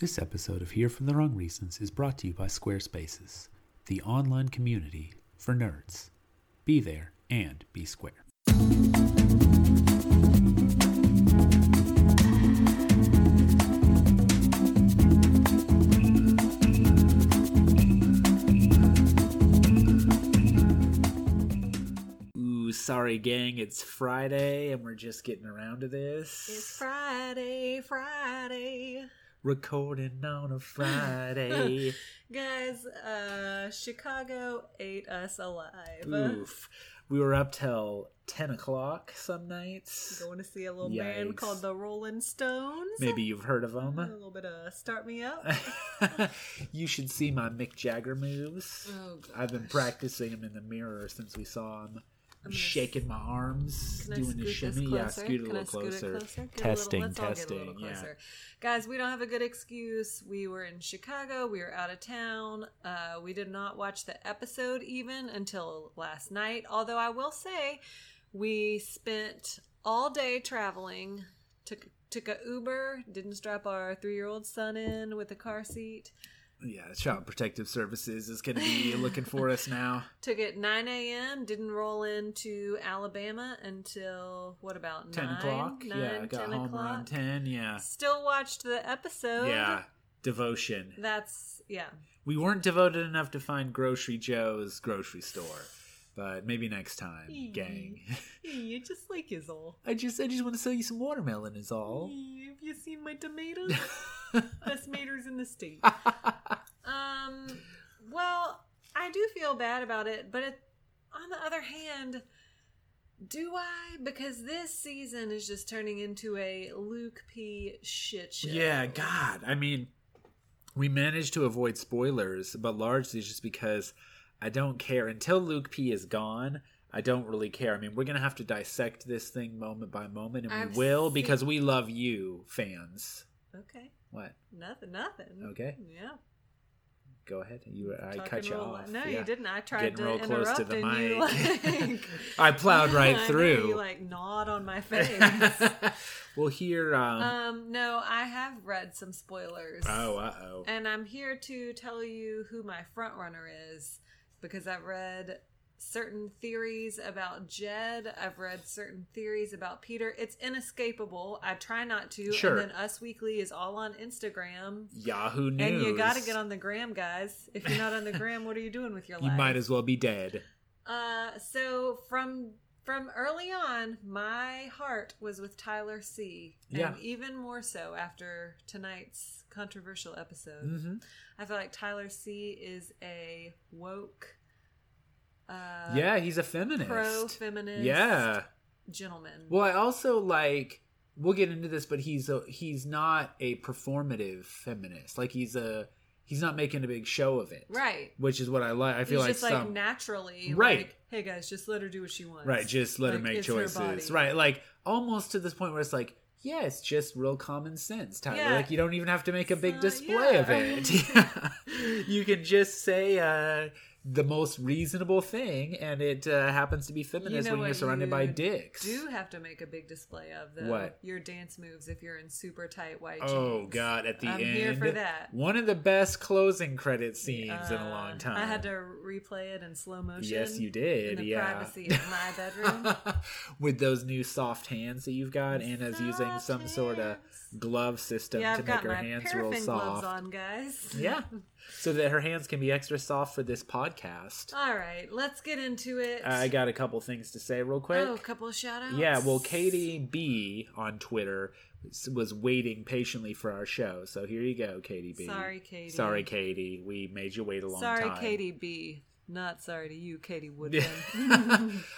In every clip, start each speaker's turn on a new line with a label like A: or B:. A: This episode of Here from the Wrong Reasons is brought to you by Squarespaces, the online community for nerds. Be there and be square.
B: Ooh, sorry, gang. It's Friday, and we're just getting around to this.
C: It's Friday, Friday.
B: Recording on a Friday.
C: Guys, uh Chicago ate us alive.
B: Oof. We were up till 10 o'clock some nights.
C: Going to see a little band
B: Yikes.
C: called the Rolling Stones.
B: Maybe you've heard of
C: A
B: them.
C: little bit of start me up.
B: you should see my Mick Jagger moves.
C: Oh,
B: I've been
C: gosh.
B: practicing them in the mirror since we saw him. I'm
C: gonna
B: shaking my arms,
C: Can I
B: doing the
C: scoot this
B: shimmy. Yeah,
C: closer?
B: scoot it a
C: Can I
B: little
C: scoot it
B: closer.
C: closer? Get a little-
B: Testing,
C: let's all get a
B: testing.
C: little
B: yeah.
C: closer. Guys, we don't have a good excuse. We were in Chicago. We were out of town. Uh, we did not watch the episode even until last night. Although I will say, we spent all day traveling. Took took a Uber. Didn't strap our three year old son in with a car seat.
B: Yeah, Child Protective Services is going to be looking for us now.
C: Took it 9 a.m. Didn't roll into Alabama until what about
B: 10
C: 9?
B: o'clock.
C: 9,
B: yeah, I got
C: 10
B: home
C: o'clock.
B: around 10. Yeah.
C: Still watched the episode.
B: Yeah. Devotion.
C: That's yeah.
B: We weren't devoted enough to find Grocery Joe's grocery store, but maybe next time,
C: Mm.
B: gang.
C: You just like Izzle.
B: I just I just want to sell you some watermelon is all.
C: Have you seen my tomatoes? Best tomatoes in the state. Um. Well, I do feel bad about it, but it, on the other hand, do I? Because this season is just turning into a Luke P shit show.
B: yeah, god. I mean, we managed to avoid spoilers, but largely just because I don't care until Luke P is gone. I don't really care. I mean, we're going to have to dissect this thing moment by moment and we
C: I've
B: will
C: seen-
B: because we love you fans.
C: Okay.
B: What?
C: Nothing. Nothing.
B: Okay.
C: Yeah.
B: Go ahead. You I
C: Talking
B: cut you
C: real-
B: off.
C: No,
B: Yeah.
C: you didn't. I
B: Getting
C: tried to
B: real
C: interrupt
B: close to the
C: and you
B: mic.
C: like.
B: I plowed right
C: I know,
B: through. Um,
C: You like gnawed on my face.
B: well, here. Um,
C: Um, no, I have read some spoilers.
B: oh, uh oh.
C: And I'm here to tell you who my front runner is because I've read certain theories about Jed. I've read certain theories about Peter. It's inescapable. I try not to.
B: Sure.
C: And then Us Weekly is all on Instagram.
B: Yahoo News.
C: And you got to get on the gram, guys. If you're not on the gram, what are you doing with your
B: You
C: life?
B: might as well be dead.
C: Uh, so from from early on, my heart was with Tyler C. And
B: Yeah.
C: even more so after tonight's controversial episode.
B: hmm
C: I feel like Tyler C is a woke, uh,
B: yeah, he's a feminist.
C: pro feminist,
B: Yeah.
C: gentleman.
B: Well, I also like. We'll get into this, but he's a, he's not a performative feminist. Like he's a he's not making a big show of it,
C: right.
B: Which is what I like. I feel
C: He's
B: like
C: just like
B: some
C: naturally,
B: Right.
C: Like, hey guys, just let her do what she wants.
B: Right, just let her
C: Like,
B: make
C: it's her
B: choices.
C: body.
B: Right, like almost to this point where it's like, yeah, it's just real common sense, Tyler.
C: Yeah.
B: Like you don't even have to make a big
C: So,
B: display of
C: yeah.
B: it. you can just say uh, the most reasonable thing, and it uh, happens to be feminist
C: know
B: when you're
C: what
B: surrounded
C: you
B: by dicks.
C: Do have to make a big display of though
B: What?
C: your dance moves if you're in super tight white jeans.
B: Oh God! At the
C: I'm
B: end,
C: here for that.
B: one of the best closing credit scenes in a
C: Uh,
B: long time.
C: I had to replay it in slow motion.
B: Yes, you did.
C: In the
B: yeah.
C: privacy of my bedroom.
B: With those new soft hands that you've got, Anna's using
C: Soft
B: some sort of
C: hands.
B: glove system
C: yeah,
B: to make
C: I've got
B: her
C: my
B: hands real
C: paraffin gloves
B: soft.
C: on, guys.
B: Yeah, so that her hands can be extra soft for this podcast.
C: All right, let's get into it.
B: Uh, I got a couple things to say real quick.
C: Oh, a couple of shout outs.
B: Yeah, well, Katie B on Twitter s- was waiting patiently for our show, so here you go, Katie B.
C: Sorry, Katie.
B: Sorry, Katie. We made you wait a long
C: sorry,
B: time.
C: Katie B. Not sorry to you, Katie Woodman.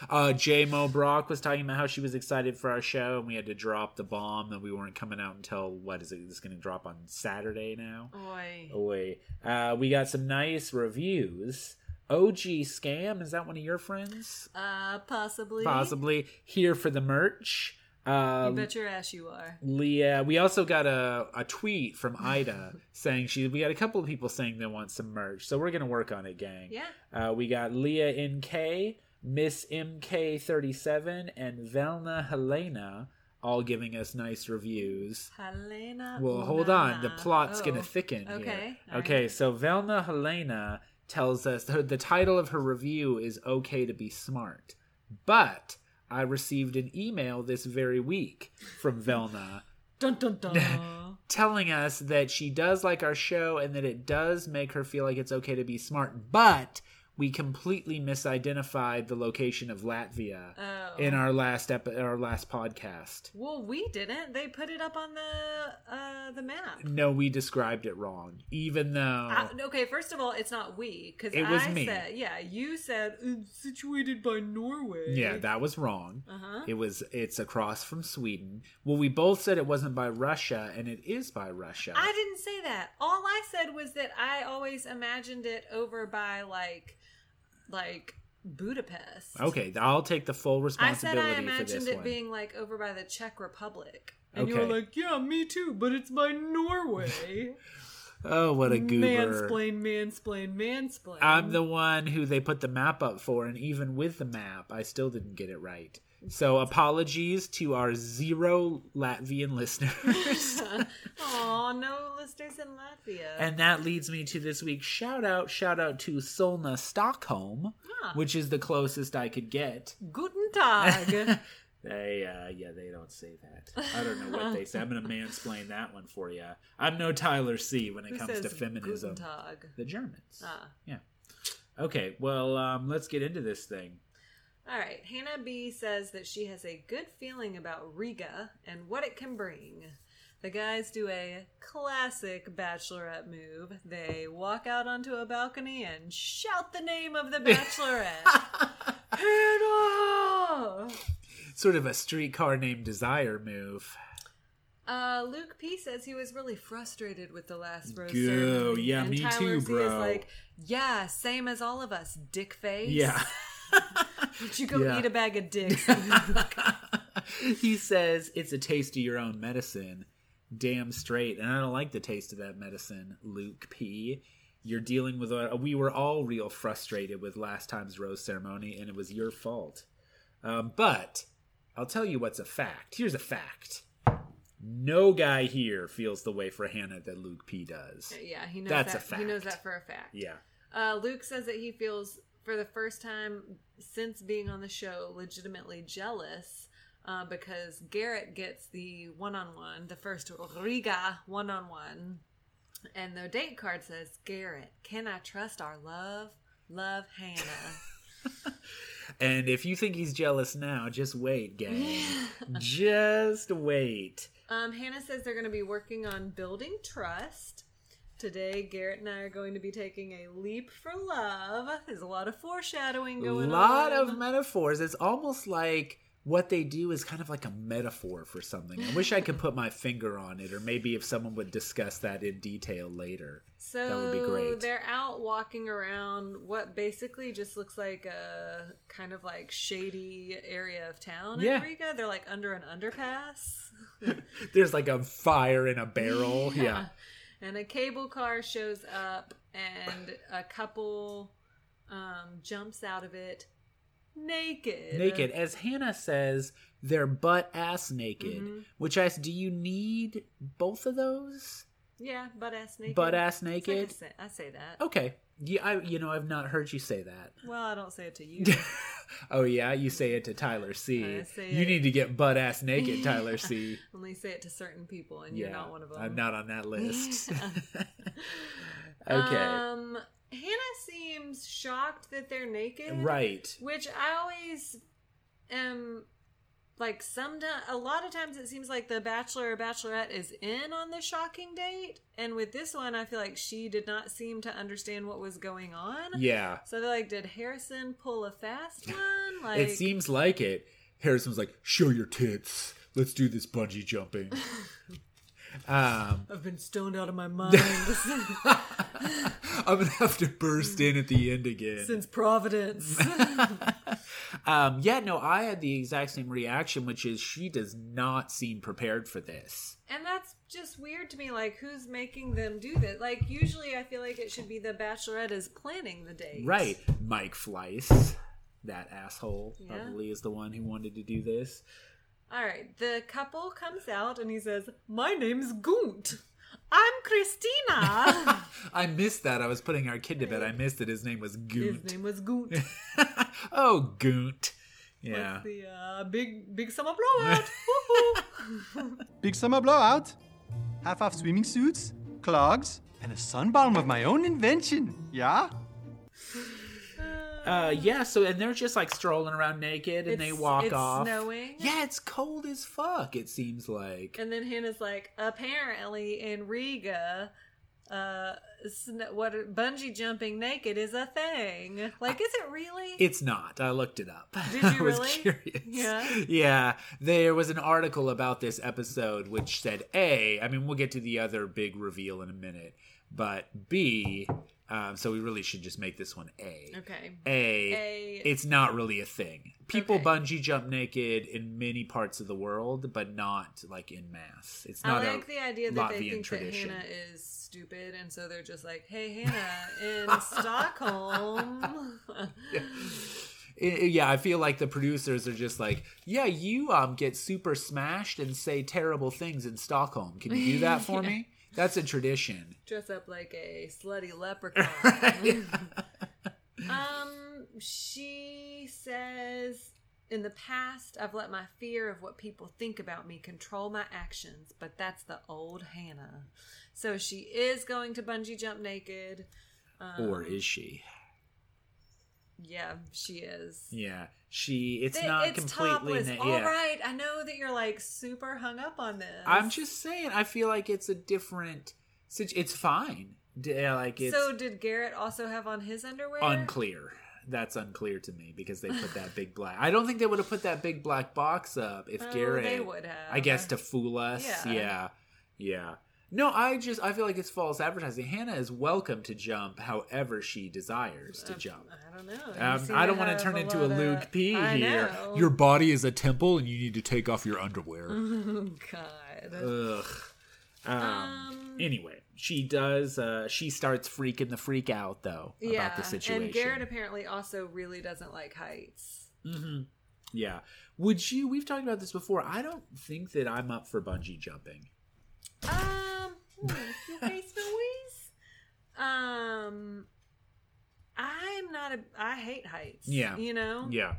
B: uh, J Mo Brock was talking about how she was excited for our show and we had to drop the bomb and we weren't coming out until what is it? It's going to drop on Saturday now.
C: Oi.
B: Wait, uh, we got some nice reviews. OG Scam is that one of your friends?
C: Uh, possibly.
B: Possibly here for the merch.
C: You
B: Um,
C: bet your ass you are.
B: Leah, we also got a, a tweet from Ida saying she. We got a couple of people saying they want some merch, so we're gonna work on it, gang.
C: Yeah.
B: Uh, we got Leah NK, Miss MK37, and Velna Helena all giving us nice reviews.
C: Helena. Oh.
B: Well, hold on. The plot's going to thicken here.
C: Okay, all
B: Okay.
C: right.
B: So Velna Helena tells us her, the title of her review is "Okay to Be Smart," but I received an email this very week from Velna
C: Dun dun dun.
B: telling us that she does like our show and that it does make her feel like it's okay to be smart, but we completely misidentified the location of Latvia
C: Oh.
B: in our last epi- our last podcast.
C: well, we didn't. They put it up on the uh, the map.
B: No, we described it wrong, even though
C: I- okay, first of all, it's not we because
B: It was
C: I
B: me.
C: said, yeah, you said it's situated by Norway.
B: yeah, that was wrong.
C: Uh huh.
B: It was it's across from Sweden. Well, we both said it wasn't by Russia, and it is by Russia.
C: I didn't say that. All I said was that I always imagined it over by like, like Budapest.
B: okay, I'll take the full
C: I said
B: responsibility
C: I
B: for this
C: imagined it
B: one.
C: being like over by the Czech Republic. And you
B: Okay.
C: were like, yeah, me too, but it's by Norway.
B: oh, what a goober!
C: mansplain, mansplain, mansplain.
B: I'm the one who they put the map up for, and even with the map, I still didn't get it right. So apologies to our zero Latvian listeners.
C: Aw, no listeners in Latvia.
B: and that leads me to this week's shout out. Shout out to Solna, Stockholm,
C: Ah.
B: which is the closest I could get.
C: Guten Tag.
B: They, uh, yeah, they don't say that. I don't know what they say. I'm going to mansplain that one for you. I'm no Tyler C. when it
C: Who
B: comes
C: says
B: to feminism.
C: Guten Tag.
B: The Germans.
C: Ah.
B: Yeah. Okay, well, um, let's get into this thing.
C: All right. Hannah B says that she has a good feeling about Riga and what it can bring. The guys do a classic bachelorette move. They walk out onto a balcony and shout the name of the bachelorette. Hannah!
B: sort of a streetcar named Desire move.
C: Uh, Luke P says he was really frustrated with the last rose
B: Go.
C: ceremony.
B: Yeah,
C: and
B: me
C: Tyler
B: too,
C: Z is
B: bro.
C: like, yeah, same as all of us, dick face.
B: Yeah.
C: Would you go
B: Yeah.
C: eat a bag of dicks?
B: he says it's a taste of your own medicine. Damn straight. And I don't like the taste of that medicine, Luke P. You're dealing with a. We were all real frustrated with last time's rose ceremony, and it was your fault. Um, but I'll tell you what's a fact. Here's a fact. No guy here feels the way for Hannah that Luke P does.
C: yeah, he knows
B: That's
C: that.
B: a
C: He knows
B: fact.
C: that for a fact.
B: Yeah.
C: Uh, Luke says that he feels, for the first time since being on the show, legitimately jealous uh, because Garrett gets the one on one, the first Riga one on one. And the date card says, Garrett, can I trust our love? Love Hannah.
B: And if you think he's jealous now, just wait, gang. just wait.
C: um, Hannah says they're going to be working on building trust. Today, Garrett and I are going to be taking a leap for love. There's a lot of foreshadowing
B: A
C: going
B: lot
C: on.
B: of metaphors. It's almost like what they do is kind of like a metaphor for something. I wish I could put my finger on it, or maybe if someone would discuss that in detail later.
C: So
B: That would be great.
C: they're out walking around what basically just looks like a kind of like shady area of town in
B: Yeah.
C: Riga. They're like under an underpass.
B: There's like a fire in a barrel. Oh, Yeah.
C: And a cable car shows up and a couple um, jumps out of it naked.
B: Naked. As Hannah says, they're butt ass naked.
C: Mhm.
B: Which I ask, do you need both of those?
C: Yeah, butt ass naked.
B: Butt ass
C: It's like I
B: naked? Oh.
C: say- I say that.
B: Okay. Yeah, I, you know, I've not heard you say that.
C: Well, I don't say it to you.
B: oh yeah, you say it to Tyler C.
C: I say
B: You
C: it.
B: need to get butt ass naked, Tyler C.
C: Only say it to certain people, and
B: yeah,
C: you're not one of them. Uh,
B: I'm not on that list. okay,
C: Um, Hannah seems shocked that they're naked.
B: right.
C: Which I always am like some a lot of times it seems like the bachelor or bachelorette is in on the shocking date and with this one I feel like she did not seem to understand what was going on.
B: Yeah,
C: So they're like did Harrison pull a fast one? Like
B: it seems like it. Harrison's like, show your tits. Let's do this bungee jumping. um,
C: I've been stoned out of my mind
B: I'm gonna have to burst in at the end again.
C: since Providence.
B: um, yeah, no, I had the exact same reaction, which is she does not seem prepared for this.
C: And that's just weird to me. Like, who's making them do this? Like, usually I feel like it should be the bachelorette is planning the date.
B: Right. Mike Fleiss, that asshole,
C: Yeah.
B: probably is the one who wanted to do this.
C: All right. The couple comes out and he says, My name's Gunt. I'm Christina.
B: I missed that. I was putting our kid to bed. I missed it. His name was
C: His
B: Goont.
C: name was Gunt.
B: oh, Goont. Yeah.
C: That's the uh, big, big summer blowout. Woohoo.
D: Big summer blowout, half off swimming suits, clogs, and a sunbalm of my own invention. Yeah?
B: Uh, yeah. So and they're just like strolling around naked, and they
C: It's-
B: walk
C: it's
B: off.
C: snowing.
B: Yeah, it's cold as fuck. It seems like.
C: And then Hannah's like, apparently in Riga, uh, sn- what bungee jumping naked is a thing. Like, is it really?
B: It's not. I looked it up.
C: Did
B: I
C: you
B: was
C: really?
B: curious.
C: Yeah.
B: Yeah. There was an article about this episode which said A, I mean, we'll get to the other big reveal in a minute, but B, um, so we really should just make this one A.
C: okay.
B: A,
C: A-
B: it's not really a thing. People
C: Okay.
B: bungee jump naked in many parts of the world, but not like in mass. It's
C: I
B: not
C: like
B: a
C: the idea that they
B: Latvian
C: think
B: tradition.
C: that Hannah is stupid, and so they're just like, "Hey, Hannah in Stockholm."
B: I- I- yeah, I feel like the producers are just like, yeah, you um get super smashed and say terrible things in Stockholm. Can you do that for me? That's a tradition.
C: dress up like a slutty leprechaun. um, she says, "In the past, I've let my fear of what people think about me control my actions, but that's the old Hannah." So she is going to bungee jump naked. Um,
B: or is she?
C: Yeah, she is.
B: Yeah, she. It's
C: Th-
B: not completely.
C: topless.
B: na-
C: All
B: yeah.
C: right, I know that you're like super hung up on this.
B: I'm just saying. I feel like it's a different. situ- It's fine. D- yeah, like it's
C: so. Did Garrett also have on his underwear?
B: unclear. That's unclear to me because they put that big black. I don't think they would have put that big black box up if
C: Oh,
B: Garrett.
C: they would have.
B: I guess to fool us.
C: Yeah.
B: Yeah. yeah. No, I just I feel like it's false advertising. Hannah is welcome to jump however she desires to jump.
C: I don't know. You
B: Um,
C: seem
B: I don't want
C: have
B: to turn into a
C: lot of-
B: Luke P
C: I
B: here.
C: know.
B: Your body is a temple and you need to take off your underwear. Uh,
C: God.
B: Ugh. Um,
C: Um,
B: anyway, she does uh she starts freaking the freak out though
C: yeah.
B: about the situation.
C: And Garrett apparently also really doesn't like heights.
B: hmm Yeah. Would you? We've talked about this before. I don't think that I'm up for bungee jumping.
C: Um, hmm, your face noise. Um, I'm not a. I hate heights.
B: Yeah.
C: You know.
B: Yeah.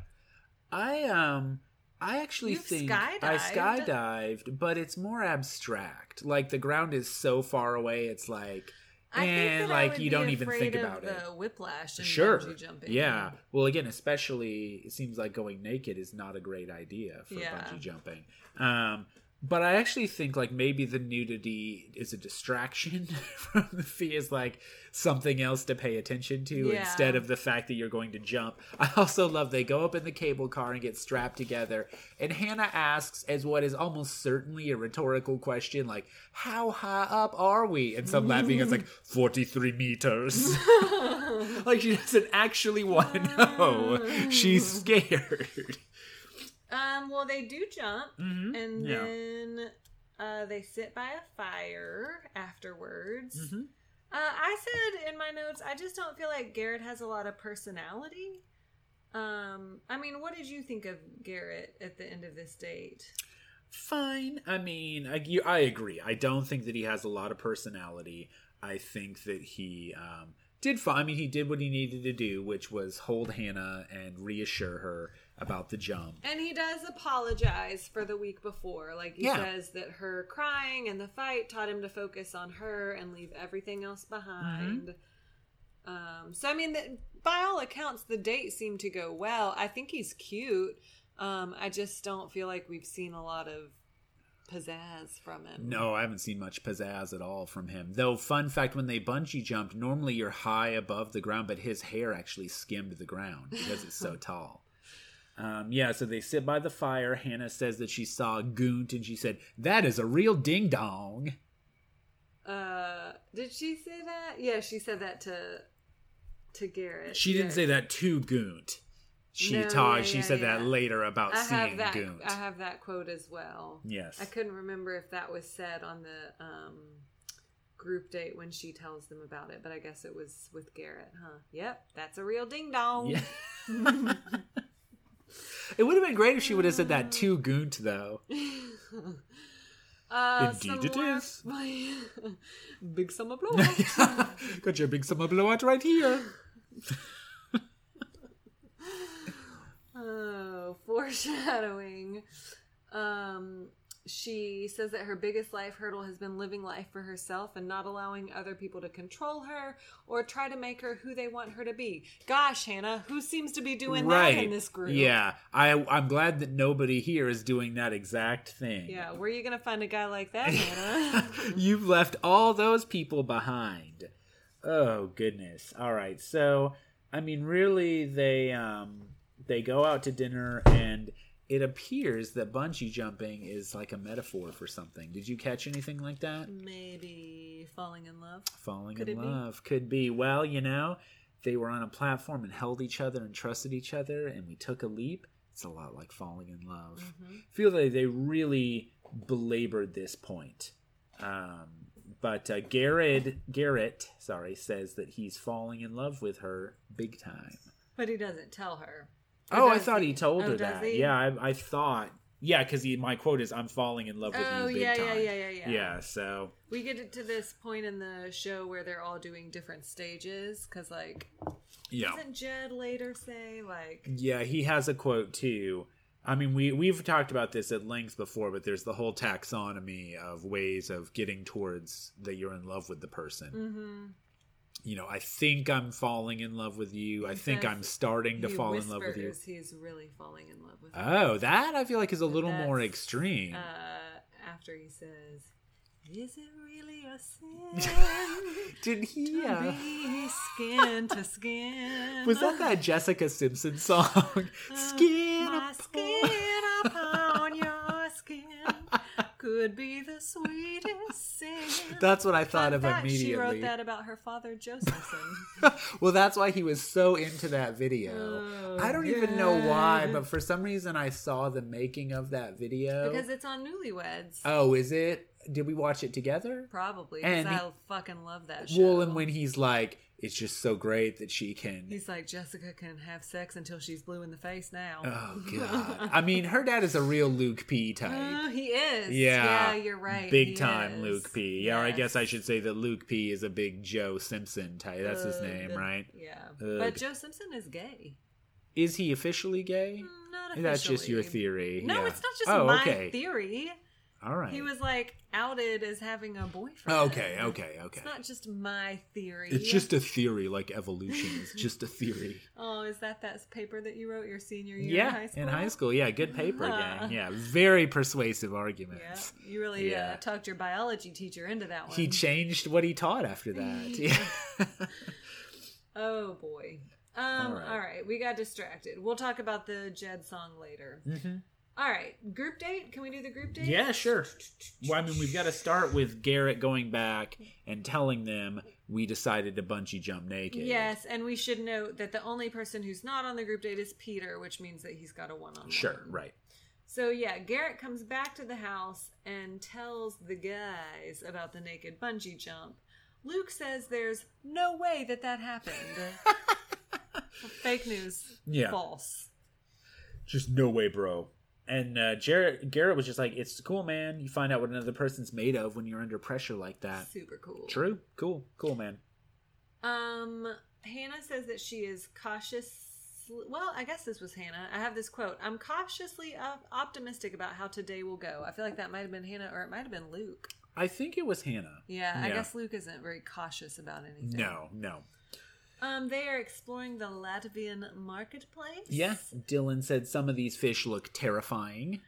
B: I um. I actually
C: You've
B: think I
C: skydived.
B: skydived, but it's more abstract. Like the ground is so far away, it's like,
C: I think
B: and
C: that I
B: like
C: would
B: you
C: be
B: don't even
C: afraid
B: think
C: of
B: about it.
C: The whiplash and
B: Sure.
C: bungee jumping.
B: Yeah. Well, again, especially it seems like going naked is not a great idea for
C: Yeah.
B: bungee jumping. Um, but I actually think like maybe the nudity is a distraction from the fee is like something else to pay attention to
C: Yeah.
B: instead of the fact that you're going to jump. I also love they go up in the cable car and get strapped together, and Hannah asks as what is almost certainly a rhetorical question like, "How high up are we?" And some laughing is like, 43 meters." Like she doesn't actually want to know. She's scared.
C: Um. Well, they do jump, and
B: Mm-hmm. Yeah.
C: then uh, they sit by a fire afterwards. Uh, I said in my notes, I just don't feel like Garrett has a lot of personality. Um. I mean, what did you think of Garrett at the end of this date?
B: Fine. I mean, I, you- I agree. I don't think that he has a lot of personality. I think that he um, did fine. I mean, he did what he needed to do, which was hold Hannah and reassure her about the jump.
C: And he does apologize for the week before. Like he
B: Yeah.
C: says that her crying and the fight taught him to focus on her and leave everything else behind. Um, so I mean, the, by all accounts, the date seemed to go well. I think he's cute. Um, I just don't feel like we've seen a lot of pizzazz from him.
B: No, I haven't seen much pizzazz at all from him. Though, fun fact when they bungee jumped, normally you're high above the ground, but his hair actually skimmed the ground because it's so tall. Um, yeah, so they sit by the fire. Hannah says that she saw Goont and she said, That is a real ding dong.
C: Uh, did she say that? Yeah, she said that to to Garrett.
B: She didn't
C: Yeah.
B: say that to Goont. She
C: No,
B: talked.
C: yeah,
B: she
C: yeah,
B: said that
C: yeah.
B: later about
C: I have
B: seeing
C: that.
B: Goont.
C: I have that quote as well.
B: Yes.
C: I couldn't remember if that was said on the um, group date when she tells them about it, but I guess it was with Garrett, huh? Yep, that's a real ding dong.
B: Yeah. It would have been great if she would have said that to Goont, though.
C: Uh,
B: Indeed it
C: somewhere-
B: is.
C: Big summer blowout.
B: Got your big summer blowout right here.
C: Oh, foreshadowing. Um, she says that her biggest life hurdle has been living life for herself and not allowing other people to control her or try to make her who they want her to be. Gosh, Hannah, who seems to be doing that in this group?
B: Yeah. I I'm glad that nobody here is doing that exact thing.
C: Yeah, where are you going to find a guy like that, Hannah?
B: You've left all those people behind. Oh goodness. All right. So, I mean really they um they go out to dinner and it appears that bungee jumping is like a metaphor for something. Did you catch anything like that?
C: Maybe falling in love.
B: Falling
C: Could
B: in
C: it be?
B: love could be. Well, you know, they were on a platform and held each other and trusted each other, and we took a leap. It's a lot like falling in love.
C: Mm-hmm.
B: Feel that they really belabored this point. Um, but uh, Garrett, Garrett, sorry, says that he's falling in love with her big time.
C: But he doesn't tell her. Or
B: Oh, I
C: does
B: thought he, told
C: Oh,
B: her
C: does
B: that.
C: he?
B: Yeah, I, I thought. Yeah, because my quote is, "I'm falling in love with
C: Oh,
B: you." Big
C: yeah, yeah,
B: time.
C: yeah, yeah, yeah.
B: Yeah, so
C: We get to this point in the show where they're all doing different stages because, like,
B: yeah.
C: doesn't Jed later say, like,
B: Yeah, he has a quote too. I mean, we we've talked about this at length before, but there's the whole taxonomy of ways of getting towards that you're in love with the person.
C: Mm-hmm.
B: You know, I think I'm falling in love with you. I think
C: says
B: I'm starting to
C: he
B: fall in love with you.
C: whispers He's really falling in love with her
B: Oh, that I feel like is a little more
C: That's,
B: extreme.
C: uh, after he says, "Is it really a sin
B: Did he?
C: to
B: Uh,
C: be skin to skin?
B: was that that Jessica Simpson song? Skin. upon-
C: my skin upon your skin could be the sweetest sin."
B: That's what I thought
C: Fun
B: of
C: fact,
B: immediately.
C: She wrote that about her father Josephson.
B: well, that's why he was so into that video.
C: Oh,
B: I don't even know why, but for some reason I saw the making of that video.
C: because it's on Newlyweds.
B: oh, is it? Did we watch it together?
C: Probably because
B: And he-
C: I fucking love that show.
B: Well, and when he's like, it's just so great that she can.
C: He's like, Jessica can have sex until she's blue in the face now.
B: oh, God. I mean, her dad is a real Luke P type.
C: Oh, he is.
B: Yeah.
C: you're right.
B: Big
C: he
B: time
C: is.
B: Luke P. Yeah, or I
C: Yes.
B: guess I should say that Luke P is a big Joe Simpson type. That's his
C: Ugh,
B: name,
C: the-
B: right?
C: Yeah.
B: Ugh.
C: But Joe Simpson is gay. Mm,
B: Is he officially gay?
C: Not officially.
B: That's just your theory.
C: No,
B: yeah.
C: it's not just
B: Oh,
C: my
B: okay.
C: theory.
B: All right.
C: He was like outed as having a boyfriend.
B: Okay, okay, okay.
C: It's not just my theory.
B: It's just a theory, like evolution is just a theory.
C: Oh, is that that paper that you wrote your senior year
B: yeah,
C: in high school? Ah.
B: Yeah, good paper,
C: Yeah.
B: gang. Yeah, very persuasive
C: Yeah,
B: arguments.
C: you really
B: Yeah.
C: Uh, talked your biology teacher into that one.
B: He changed what he taught after that. Yeah.
C: Oh boy. Um,
B: All
C: all
B: right.
C: right. we got distracted. We'll talk about the Jed song later. All right, group date. Can we do the group date?
B: Mm-hmm. yeah, sure. Well, I mean, we've got to start with Garrett going back and telling them we decided to bungee jump naked.
C: Yes, and we should note that the only person who's not on the group date is Peter, which means that he's got a one-on-one.
B: Sure, right.
C: So yeah, Garrett comes back to the house and tells the guys about the naked bungee jump. Luke says there's no way that that happened. Fake news.
B: Yeah.
C: False.
B: just no way, bro. And uh, Jarrett, Garrett was just like, "It's cool, man. You find out what another person's made of when you're under pressure like that."
C: Super cool.
B: True, cool, cool, man.
C: Um, Hannah says that she is cautious. Well, I guess this was Hannah. I have this quote. I'm cautiously op- optimistic about how today will go. I feel like that might have been Hannah or it might have been Luke.
B: I think it was Hannah.
C: Yeah, I
B: Yeah.
C: guess Luke isn't very cautious about anything.
B: No, no.
C: Um, they are exploring the Latvian marketplace.
B: Yeah, Dylan said some of these fish look terrifying.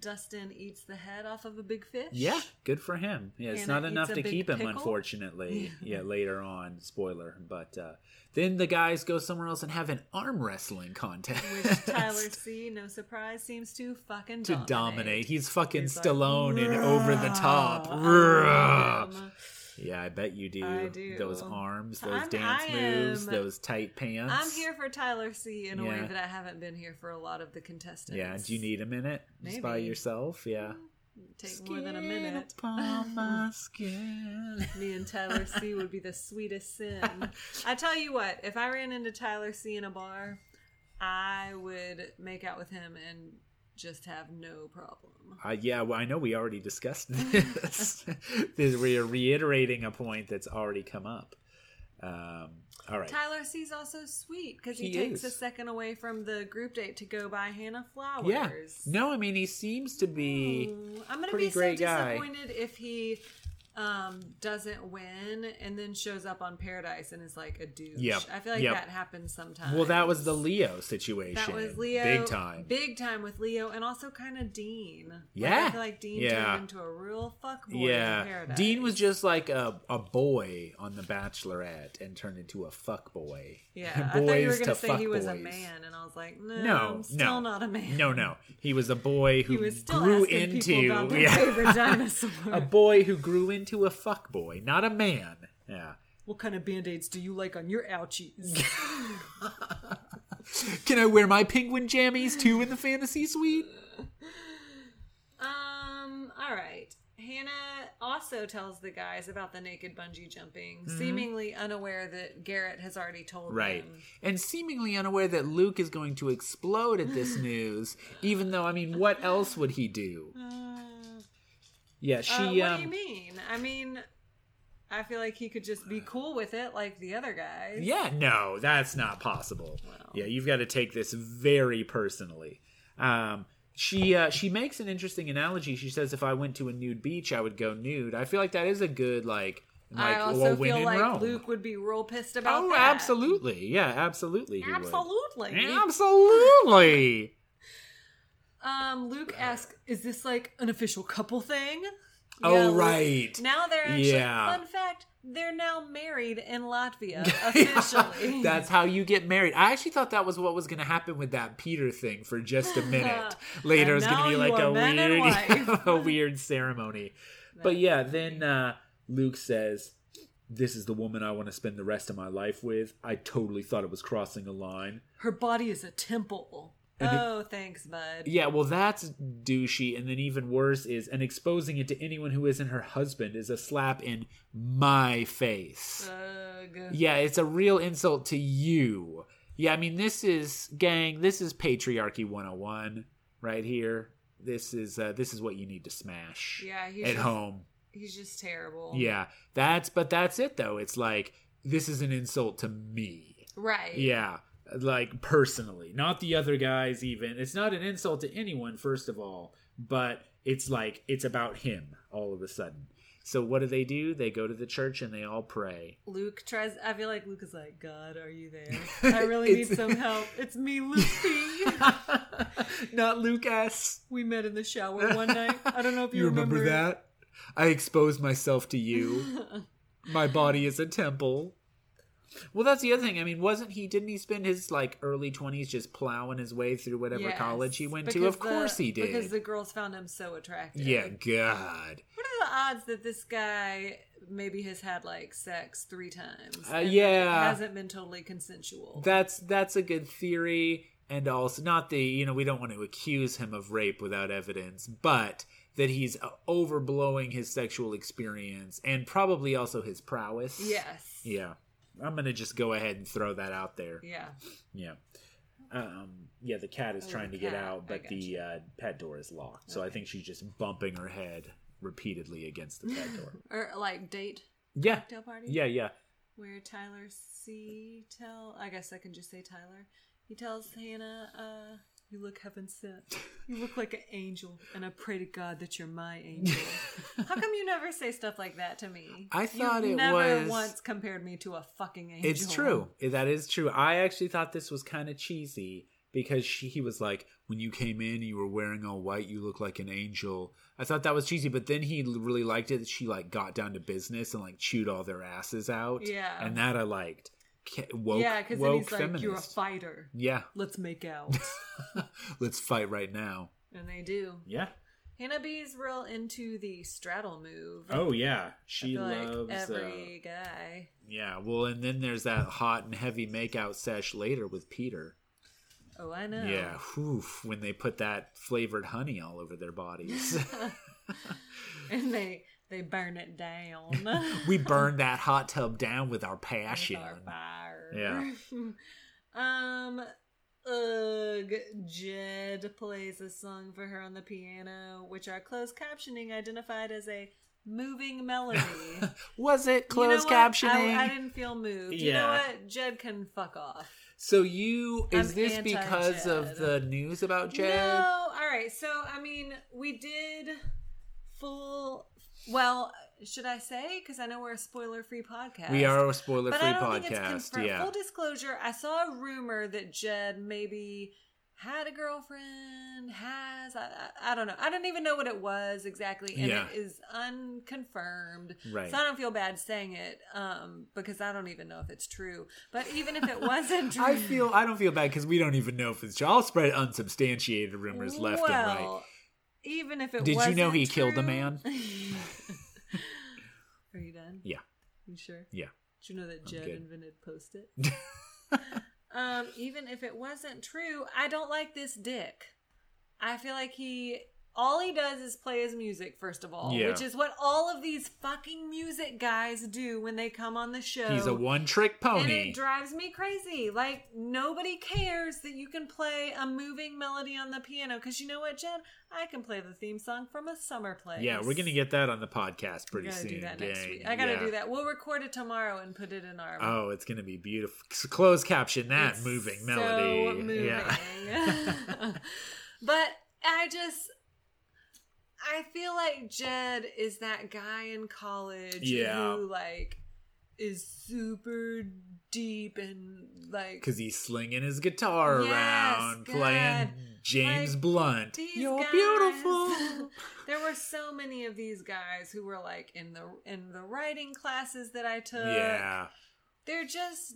C: Dustin eats the head off of a big fish.
B: Yeah, good for him. Yeah, it's
C: Hannah
B: not enough
C: eats a
B: to
C: big
B: keep him,
C: pickle.
B: unfortunately. yeah, later on, spoiler. But uh, then the guys go somewhere else and have an arm wrestling contest
C: Which Tyler C, no surprise, seems to fucking
B: to dominate. He's fucking
C: He's like,
B: Stallone and over the top.
C: "Rah, I love
B: Rah.
C: him."
B: Yeah, I bet you do.
C: I do.
B: Those arms, those
C: I'm-
B: dance
C: I
B: moves,
C: am-
B: those tight pants.
C: I'm here for Tyler C in a
B: Yeah.
C: way that I haven't been here for a lot of the contestants.
B: Yeah, do you need a minute just by
C: Maybe.
B: yourself? Yeah.
C: take more than a minute?
B: Upon my skin.
C: Me and Tyler C would be the sweetest sin. I tell you what, if I ran into Tyler C in a bar, I would make out with him and just have no problem.
B: Uh, yeah, well, I know we already discussed this. this. We are reiterating a point that's already come up. Um, all right.
C: Tyler C's also sweet because he,
B: He is.
C: takes a second away from the group date to go buy Hannah flowers.
B: Yeah. No, I mean, he seems to be.
C: Mm, I'm gonna
B: pretty
C: be so
B: great guy.
C: disappointed if he um, doesn't win and then shows up on Paradise and is like a douche.
B: Yep.
C: I feel like
B: Yep.
C: that happens sometimes.
B: Well, that was the Leo situation.
C: Oh. That was Leo.
B: Big time.
C: Big time with Leo and also kind of Dean. Like,
B: Yeah.
C: I feel like Dean
B: Yeah.
C: turned into a real fuckboy in
B: yeah.
C: Paradise.
B: Dean was just like a, a boy on The Bachelorette and turned into a fuck boy.
C: Yeah, I thought you were
B: Boys
C: going
B: to
C: to say
B: fuck
C: he was a
B: boys.
C: man, and I was like, no,
B: No,
C: I'm
B: no,
C: still not a man.
B: No, no. He was a boy who
C: He was still
B: grew
C: asking
B: into
C: people about their
B: Yeah.
C: favorite dinosaur.
B: a boy who grew into a fuck boy, not a man. Yeah.
C: what kind of band aids do you like on your ouchies?
B: Can I wear my penguin jammies too in the fantasy suite?
C: um, all right. Hannah also tells the guys about the naked bungee jumping, seemingly unaware that Garrett has already told
B: Mm-hmm. Right.
C: them.
B: And seemingly unaware that Luke is going to explode at this news, even though I mean what else would he do? Yeah, she
C: Uh, what
B: um
C: do you mean? I mean, I feel like he could just be cool with it like the other guys.
B: Uh, Yeah, no, that's not possible. Yeah, you've got to take this very personally. Um, she uh, she makes an interesting analogy. She says, "If I went to a nude beach, I would go nude." I feel like that is a good like. like
C: I
B: well,
C: also
B: when
C: feel
B: in
C: like
B: Rome.
C: Luke would be real pissed about
B: Oh,
C: that.
B: absolutely. Yeah, absolutely. he would.
C: Absolutely.
B: Absolutely.
C: Um, Luke asks, "Is this like an official couple thing?"
B: Oh,
C: Luke-
B: right.
C: Now they're actually.
B: Yeah.
C: Fun fact: They're now married in Latvia officially.
B: That's how you get married. I actually thought that was what was going to happen with that Peter thing for just a minute. Later, it was going
C: now
B: to be
C: you
B: like
C: are
B: a
C: man and
B: weird,
C: wife.
B: a weird ceremony. But yeah, then uh, Luke says, "This is the woman I want to spend the rest of my life with." I totally thought it was crossing a line.
C: her body is a temple. oh, thanks, bud.
B: Yeah, well, that's douchey. And then even worse is, and exposing it to anyone who isn't her husband is a slap in my face.
C: Ugh.
B: Yeah, it's a real insult to you. Yeah, I mean, this is gang. This is patriarchy 101 right here. This is uh, this is what you need to smash.
C: Yeah, he's
B: at
C: just-
B: home.
C: He's just terrible.
B: Yeah, that's but that's it though. It's like this is an insult to me.
C: Right.
B: Yeah, like personally, not the other guys. Even it's not an insult to anyone. First of all, but it's like it's about him all of a sudden. So what do they do? They go to the church and they all pray.
C: Luke tries. I feel like Luke is like, God, are you there? I really need
B: It's-
C: some help. It's me, Luke P.
B: Not Lucas.
C: we met in the shower one night. I don't know if you,
B: You remember,
C: remember it.
B: that? I exposed myself to you. My body is a temple. Well, that's the other thing. I mean, wasn't he? Didn't he spend his like early twenties just plowing his way through whatever
C: Yes,
B: college he went to?
C: because
B: Of course
C: the-
B: he did.
C: Because the girls found him so attractive.
B: yeah, God.
C: What are the odds that this guy maybe has had like sex three times?
B: Uh,
C: and
B: yeah.
C: it hasn't been totally consensual.
B: That's that's a good theory, and also not the you know we don't want to accuse him of rape without evidence, but that he's uh, overblowing his sexual experience and probably also his prowess.
C: yes.
B: Yeah. I'm gonna just go ahead and throw that out there.
C: Yeah.
B: Yeah. Um, yeah, the cat is
C: Oh,
B: trying
C: the
B: to get
C: cat.
B: out,
C: I
B: but the
C: gotcha.
B: uh, pet door is locked. So I think she's just bumping her head repeatedly against the pet door.
C: Or like date
B: yeah.
C: cocktail party.
B: Yeah, yeah.
C: Where Tyler C tell I guess I can just say Tyler. He tells Hannah, uh, you look heaven sent. You look like an angel, and I pray to God that you're my angel. How come you never say stuff like that to me?
B: I thought
C: you
B: it
C: never
B: was-
C: once compared me to a fucking angel.
B: It's true. That is true. I actually thought this was kind of cheesy because she, he was like, when you came in, you were wearing all white. You look like an angel. I thought that was cheesy, but then he l- really liked it that she like got down to business and like chewed all their asses out.
C: Yeah.
B: and that I liked. Ca- Woke,
C: yeah, because then
B: woke
C: he's like, "You're a
B: feminist.
C: fighter.
B: yeah,
C: Let's make out."
B: let's fight right now.
C: and they do.
B: Yeah.
C: Hannah B's real into the straddle move.
B: Oh yeah,
C: I
B: she
C: feel like
B: loves.
C: every
B: uh,
C: guy.
B: yeah, well, and then there's that hot and heavy makeout sesh later with Peter.
C: Oh, I know.
B: Yeah, whew, when they put that flavored honey all over their bodies,
C: and they they burn it down.
B: we burn that hot tub down with our passion.
C: With our fire.
B: Yeah.
C: um, Ugh, Jed plays a song for her on the piano, which our closed captioning identified as a moving melody.
A: Was it
C: You know
A: closed
C: what?
A: captioning?
C: I, I didn't feel moved. You know
B: Yeah.
C: what? Jed can fuck off.
B: So you is
C: I'm
B: this because of
C: anti-Jed.
B: the news about Jed?
C: No. All right. So, I mean, we did full. Well, should I say? Because I know we're a spoiler free podcast.
B: We are a spoiler
C: But
B: free
C: I don't think it's
B: podcast.
C: confirmed.
B: yeah.
C: Full disclosure, I saw a rumor that Jed maybe had a girlfriend, has. I, I, I don't know. I don't even know what it was exactly. And
B: Yeah.
C: it is unconfirmed.
B: Right.
C: So I don't feel bad saying it um, because I don't even know if it's true. But even if it wasn't true.
B: I feel I don't feel bad because we don't even know if it's true. I'll spread unsubstantiated rumors left and right.
C: Well, Even if it
B: Did you know
C: wasn't
B: he killed a
C: true-
B: man?
C: Are you done?
B: Yeah,
C: You sure?
B: yeah.
C: Did you know that Jed
B: good.
C: invented Post it? um, even if it wasn't true, I don't like this dick. I feel like he. All he does is play his music, first of all,
B: Yeah.
C: which is what all of these fucking music guys do when they come on the show.
B: He's a one-trick
C: And
B: pony.
C: it drives me crazy. Like, nobody cares that you can play a moving melody on the piano. Because you know what, Jen? I can play the theme song from a summer place.
B: yeah, we're gonna get that on the podcast
C: I
B: pretty
C: gotta
B: soon.
C: do that next
B: gang.
C: week. I gotta
B: Yeah.
C: do that. We'll record it tomorrow and put it in our.
B: Oh, it's gonna be beautiful. So close caption that
C: It's
B: moving
C: so
B: melody.
C: moving.
B: Yeah.
C: but I just. I feel like Jed is that guy in college
B: Yeah.
C: who like is super deep and like
B: Because he's slinging his guitar
C: Yes,
B: around, playing
C: God.
B: James
C: Like,
B: Blunt.
C: these
B: You're
C: guys-
B: beautiful.
C: there were so many of these guys who were like in the in the writing classes that I took.
B: yeah.
C: They're just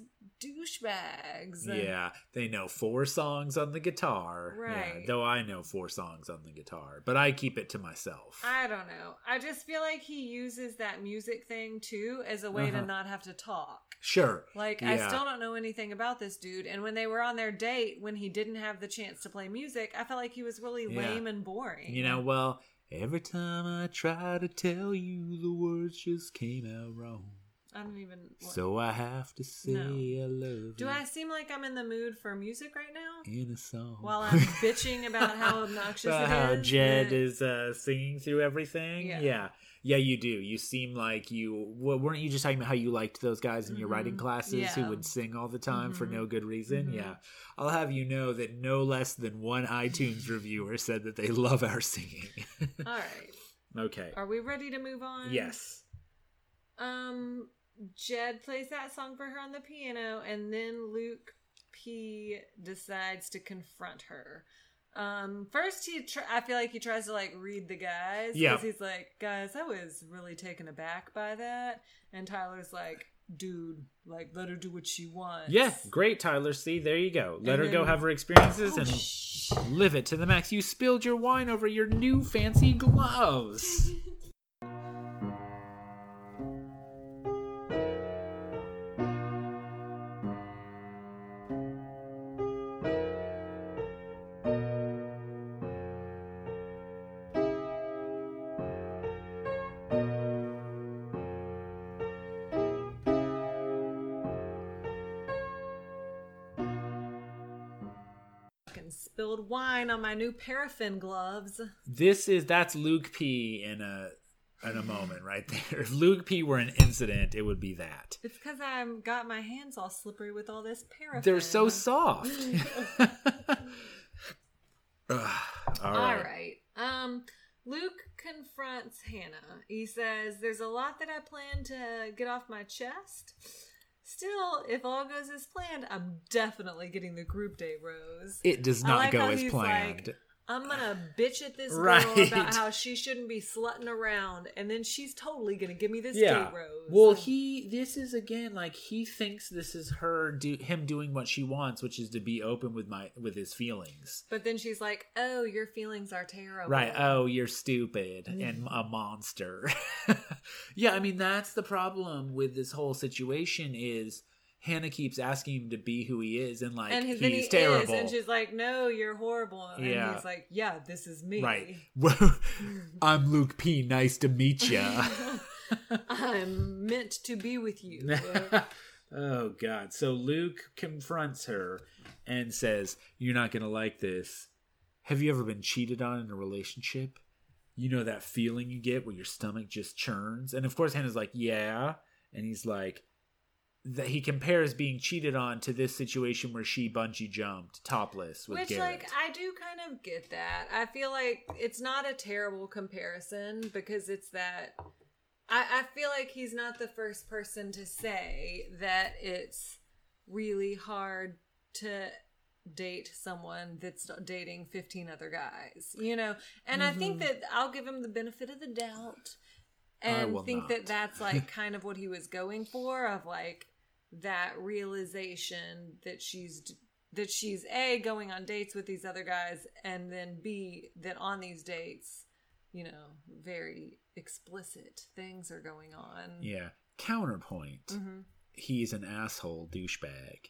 C: douchebags. and-
B: Yeah, they know four songs on the guitar. Yeah,
C: Right.
B: though I know four songs on the guitar, but I keep it to myself.
C: I don't know. I just feel like he uses that music thing too as a way
B: Uh-huh.
C: to not have to talk.
B: sure.
C: Like I still don't know anything about this dude. And when they were on their date, when he didn't have the chance to play music, I felt like he was really
B: Yeah.
C: lame and boring.
B: You know, well, every time I try to tell you, the words just came out wrong.
C: I don't even. What.
B: So I have to say I love
C: do
B: you
C: I seem like I'm in the mood for music right now?
B: in a song.
C: While I'm bitching about how obnoxious it
B: about how
C: is,
B: Jed
C: that-
B: is uh, singing through everything.
C: Yeah.
B: Yeah. yeah. you do. You seem like you wa- weren't you just talking about how you liked those guys in your writing
C: Mhm.
B: classes
C: Yeah.
B: who would sing all the time for
C: Mhm.
B: no good reason?
C: Mhm.
B: Yeah. I'll have you know that no less than one iTunes reviewer said that they love our singing.
C: All right.
B: okay.
C: Are we ready to move on?
B: Yes.
C: Um, Jed plays that song for her on the piano, and then Luke P decides to confront her. Um, first he, tr- I feel like he tries to like read the guys. 'cause
B: Yeah.
C: he's like, guys, I was really taken aback by that. And Tyler's like, dude, like let her do what she wants.
B: Yeah, great, Tyler. See, there you go. Let
C: And
B: her go
C: then-
B: have her experiences
C: Oh,
B: and
C: sh-
B: live it to the max. You spilled your wine over your new fancy gloves.
C: fucking spilled wine on my new paraffin gloves.
B: this is that's Luke P in a in a moment right there. If Luke P were an incident, it would be that.
C: It's because I've got my hands all slippery with all this paraffin.
B: They're so soft. Ugh, all
C: All
B: right.
C: right. Um, Luke confronts Hannah. He says, There's a lot that I plan to get off my chest. Still, if all goes as planned, I'm definitely getting the group day rose.
B: It does
C: I
B: not
C: like
B: go
C: how
B: as
C: he's
B: planned.
C: like, I'm gonna bitch at this girl
B: Right.
C: about how she shouldn't be slutting around, and then she's totally gonna give me this
B: yeah.
C: date rose.
B: Well, he this is again like he thinks this is her do him doing what she wants, which is to be open with my with his feelings.
C: but then she's like, "Oh, your feelings are terrible."
B: Right. Oh, you're stupid and a monster. yeah, I mean that's the problem with this whole situation is Hannah keeps asking him to be who he is and like
C: and
B: he's
C: then he
B: terrible.
C: is, and she's like, "No, you're horrible." And
B: Yeah.
C: he's like, "Yeah, this is me."
B: right. Well,
C: "Mm."
B: I'm Luke P. Nice to meet ya.
C: I'm meant to be with you.
B: Oh God! So Luke confronts her and says, "You're not gonna like this. Have you ever been cheated on in a relationship? You know that feeling you get where your stomach just churns." And of course, Hannah's like, "Yeah," and he's like, that he compares being cheated on to this situation where she bungee jumped topless with
C: Which,
B: Garrett.
C: like, I do kind of get that. I feel like it's not a terrible comparison because it's that. I, I feel like he's not the first person to say that it's really hard to date someone that's dating 15 other guys, you know? And I
B: Mm-hmm.
C: think that I'll give him the benefit of the doubt and
B: will
C: think
B: not.
C: that that's like kind of what he was going for of like that realization that she's that she's a going on dates with these other guys and then b that on these dates you know very explicit things are going on
B: Yeah. Counterpoint. He's an asshole douchebag.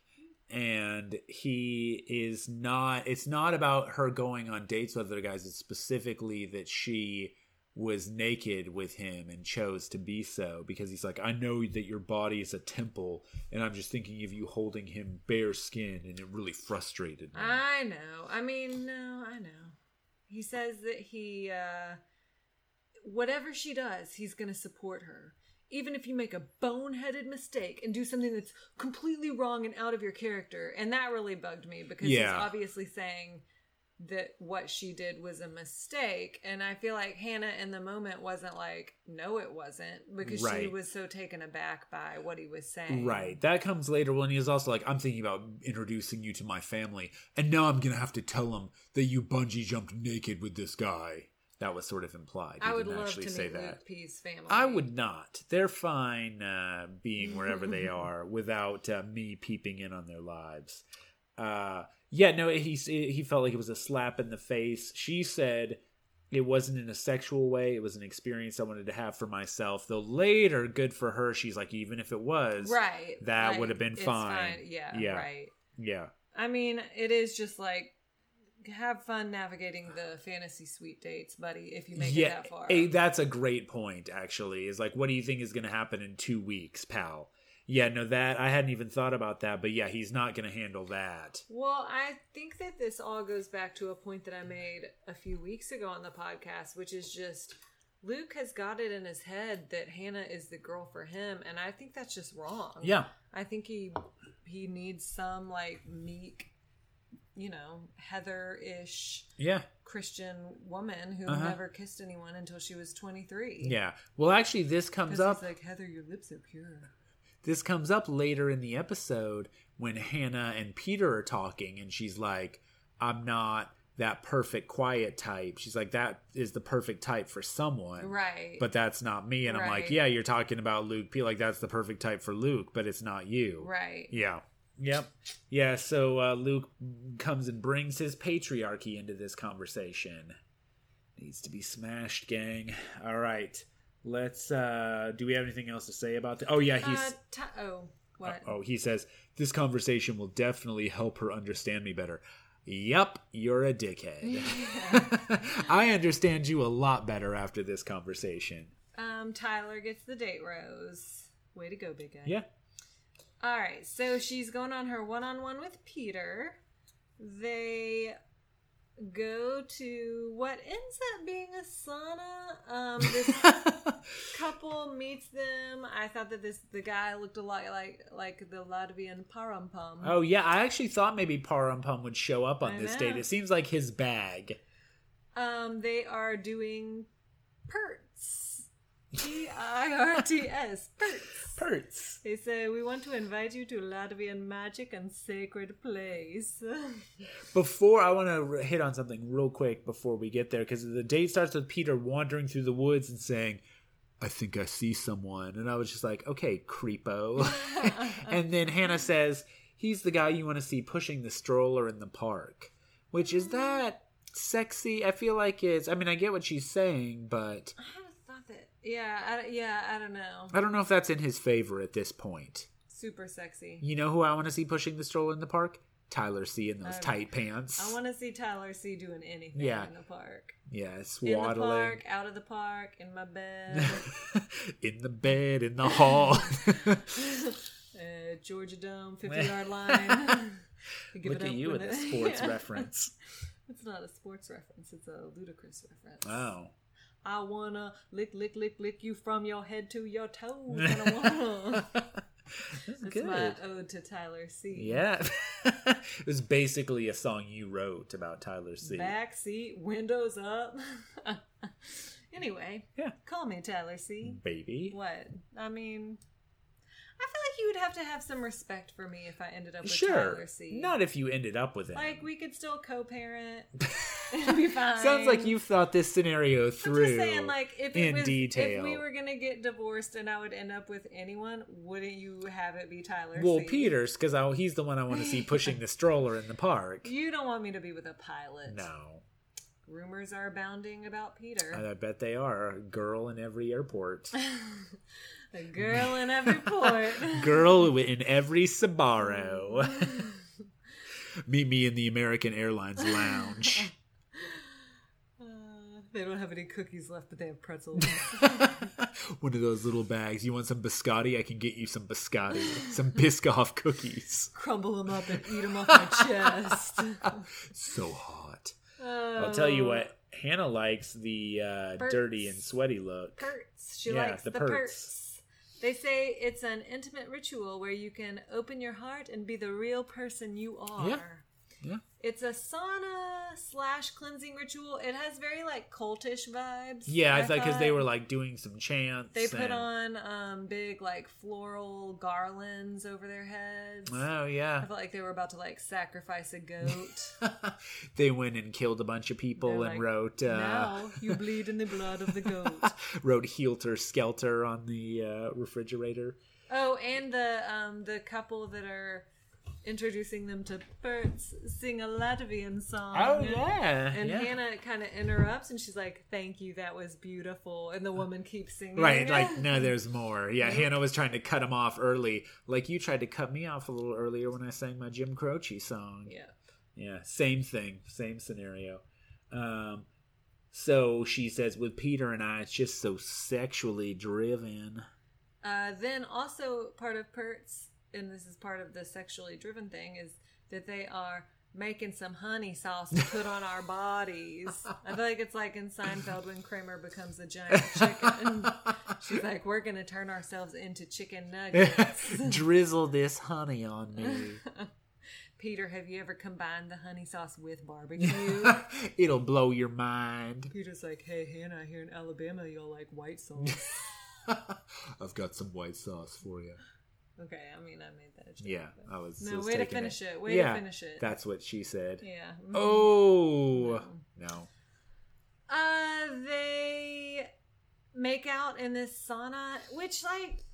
B: And he is not it's not about her going on dates with other guys, it's specifically that she was naked with him and chose to be so because he's like, I know that your body is a temple and I'm just thinking of you holding him bare skin and it really frustrated me.
C: i know i mean no i know he says that he uh whatever she does he's gonna support her even if you make a boneheaded mistake and do something that's completely wrong and out of your character and that really bugged me because he's
B: Yeah.
C: obviously saying that what she did was a mistake and i feel like hannah in the moment wasn't like no it wasn't because she
B: Right.
C: was so taken aback by what he was saying
B: Right. That comes later when he is also like, I'm thinking about introducing you to my family, and now I'm going to have to tell him that you bungee jumped naked with this guy. That was sort of implied. He
C: i would
B: didn't
C: love to
B: actually
C: meet
B: say
C: Luke
B: that.
C: P's family
B: I would not. They're fine uh, being wherever they are without uh, me peeping in on their lives. Uh, yeah, no, he he felt like it was a slap in the face. She said it wasn't in a sexual way; it was an experience I wanted to have for myself. Though later, good for her, she's like, even if it was,
C: right
B: that
C: like,
B: would have been
C: it's
B: fine.
C: yeah
B: yeah,
C: right
B: yeah.
C: i mean it is just like have fun navigating the fantasy suite dates buddy if you make it that far
B: eh, that's a great point. Actually, is like, what do you think is going to happen in two weeks, pal? Yeah, no, that I hadn't even thought about that, but yeah, he's not going to handle that.
C: Well, I think that this all goes back to a point that I made a few weeks ago on the podcast, which is just Luke has got it in his head that Hannah is the girl for him, and I think that's just wrong.
B: Yeah,
C: I think he he needs some like meek, you know, Heather ish
B: yeah,
C: Christian woman who
B: Uh-huh.
C: never kissed anyone until she was twenty three.
B: yeah. Well, actually, this comes up.
C: like Heather, your lips are pure.
B: this comes up later in the episode when Hannah and Peter are talking, and she's like, "I'm not that perfect quiet type." She's like, "That is the perfect type for someone."
C: Right.
B: but that's not me. And I'm like,
C: Right.
B: yeah, you're talking about Luke P. Like, that's the perfect type for Luke, but it's not you.
C: right.
B: Yeah. Yep. Yeah. So uh, Luke comes and brings his patriarchy into this conversation. Needs to be smashed, gang. All right. Let's. uh Do we have anything else to say about that? Oh yeah, he's.
C: Uh, t- oh, what?
B: Oh, he says, This conversation will definitely help her understand me better. Yup, you're a dickhead. I understand you a lot better after this conversation.
C: Um, Tyler gets the date rose. Way to go, big guy.
B: Yeah.
C: All right, so she's going on her one-on-one with Peter. They go to what ends up being a sauna. Um, this couple meets them. I thought that this the guy looked a lot like like the Latvian parampam.
B: oh, yeah. I actually thought maybe Parampum would show up on
C: I
B: this
C: know.
B: date. It seems like his bag.
C: Um, they are doing perts. P I R T S perts.
B: Perts.
C: They say, We want to invite you to Latvian magic and sacred place.
B: Before I want to hit on something real quick before we get there, because the date starts with Peter wandering through the woods and saying, I think I see someone. And I was just like, okay, creepo. and then Hannah says, he's the guy you want to see pushing the stroller in the park, which is
C: Mm-hmm.
B: that sexy? I feel like it's, I mean, I get what she's saying, but
C: I had a thought that, yeah, I, don't- yeah, I don't know.
B: I don't know if that's in his favor at this point.
C: Super sexy.
B: You know who I want to see pushing the stroller in the park? Tyler C in those
C: Um,
B: tight pants.
C: I want to see Tyler C doing anything
B: Yeah.
C: in the park.
B: yeah,
C: In the
B: swaddling.
C: park, out of the park, in my bed,
B: in the bed, in the hall.
C: uh, the Georgia Dome 50 yard line. We give
B: Look
C: it
B: at
C: up
B: you
C: when
B: with a
C: it-
B: sports
C: Yeah.
B: reference.
C: It's not a sports reference, it's a ludicrous reference.
B: Wow.
C: I wanna lick, lick, lick, lick you from your head to your toes. and I wanna.
B: That's
C: That's
B: good.
C: my uh, ode to Tyler C.
B: Yeah. it was basically a song you wrote about Tyler C.
C: Back seat, windows up. anyway,
B: Yeah.
C: call me Tyler C.
B: Baby.
C: What? I mean, I feel like you would have to have some respect for me if I ended up with
B: Sure.
C: Tyler C.
B: Not if you ended up with him.
C: like we could still co-parent. It'd be fine.
B: Sounds like you've thought this scenario
C: I'm
B: through.
C: just saying, like, if it
B: in
C: was,
B: detail.
C: if we were gonna get divorced and I would end up with anyone, wouldn't you have it be Tyler?
B: well,
C: C?
B: Peters, because he's the one I want to see pushing the stroller in the park.
C: you don't want me to be with a pilot.
B: No,
C: rumors are abounding about Peter.
B: I bet they are. A girl in every airport.
C: A girl in every port.
B: girl in every Sbarro. Meet me in the American Airlines lounge.
C: Uh, they don't have any cookies left, but they have pretzels.
B: One of those little bags. You want some biscotti? I can get you some biscotti. Some Biscoff cookies.
C: Crumble them up and eat them off my chest.
B: So hot.
C: Oh.
B: I'll tell you what. Hannah likes the uh,
C: Perts.
B: dirty and sweaty look.
C: Perts. She
B: Yeah,
C: likes
B: the
C: the,
B: perts.
C: perts. They say it's an intimate ritual where you can open your heart and be the real person you are.
B: Yeah. Yeah.
C: It's a sauna slash cleansing ritual. It has very like cultish vibes.
B: Yeah, I
C: I
B: thought because they
C: thought.
B: were like doing some chants.
C: They put
B: and-
C: on um, big like floral garlands over their heads.
B: Oh
C: I
B: yeah,
C: felt like they were about to like sacrifice a goat.
B: they went and killed a bunch of people
C: They're
B: and
C: like,
B: wrote uh,
C: now you bleed in the blood of the goat.
B: wrote "Helter Skelter" on the uh, refrigerator.
C: Oh, and the um the couple that are introducing them to birds sing a Latvian song.
B: Oh yeah,
C: And
B: yeah.
C: Hannah kind of interrupts and she's like, "Thank you, that was beautiful." And the woman keeps singing.
B: Right, like no, there's more. Yeah, Hannah was trying to cut him off early, like you tried to cut me off a little earlier when I sang my Jim Croce song.
C: yeah.
B: Yeah, same thing, same scenario. Um, so she says, with Peter and I, it's just so sexually driven.
C: Uh, then also part of Pert's, and this is part of the sexually driven thing, is that they are making some honey sauce to put on our bodies. I feel like it's like in Seinfeld when Kramer becomes a giant chicken. She's like, we're gonna turn ourselves into chicken nuggets.
B: Drizzle this honey on me.
C: Peter, have you ever combined the honey sauce with barbecue?
B: It'll blow your mind.
C: Peter's like, hey Hannah, here in Alabama, y'all like white sauce.
B: I've got some white sauce for you.
C: okay, I mean, I made that. Joke,
B: Yeah,
C: but-
B: I was.
C: No,
B: was
C: way to
B: taking
C: finish it. Way
B: Yeah,
C: to finish it.
B: That's what she said.
C: yeah. mhm.
B: Oh no!
C: Uh, they make out in this sauna, which like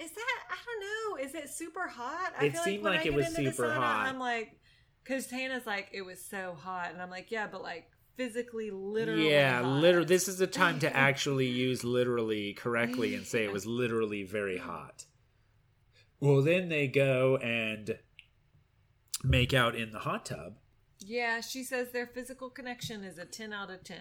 C: is that I don't know. Is it super hot? I
B: It seemed
C: when
B: like
C: I
B: it
C: get
B: was
C: into the
B: super hot.
C: I'm like, because Hannah's like, it was so hot, and I'm like, yeah, but like physically, literally,
B: yeah,
C: hot.
B: literally. This is the time to actually use literally correctly and say it was literally very hot. Well, then they go and make out in the hot tub.
C: Yeah, she says their physical connection is a 10 out of 10.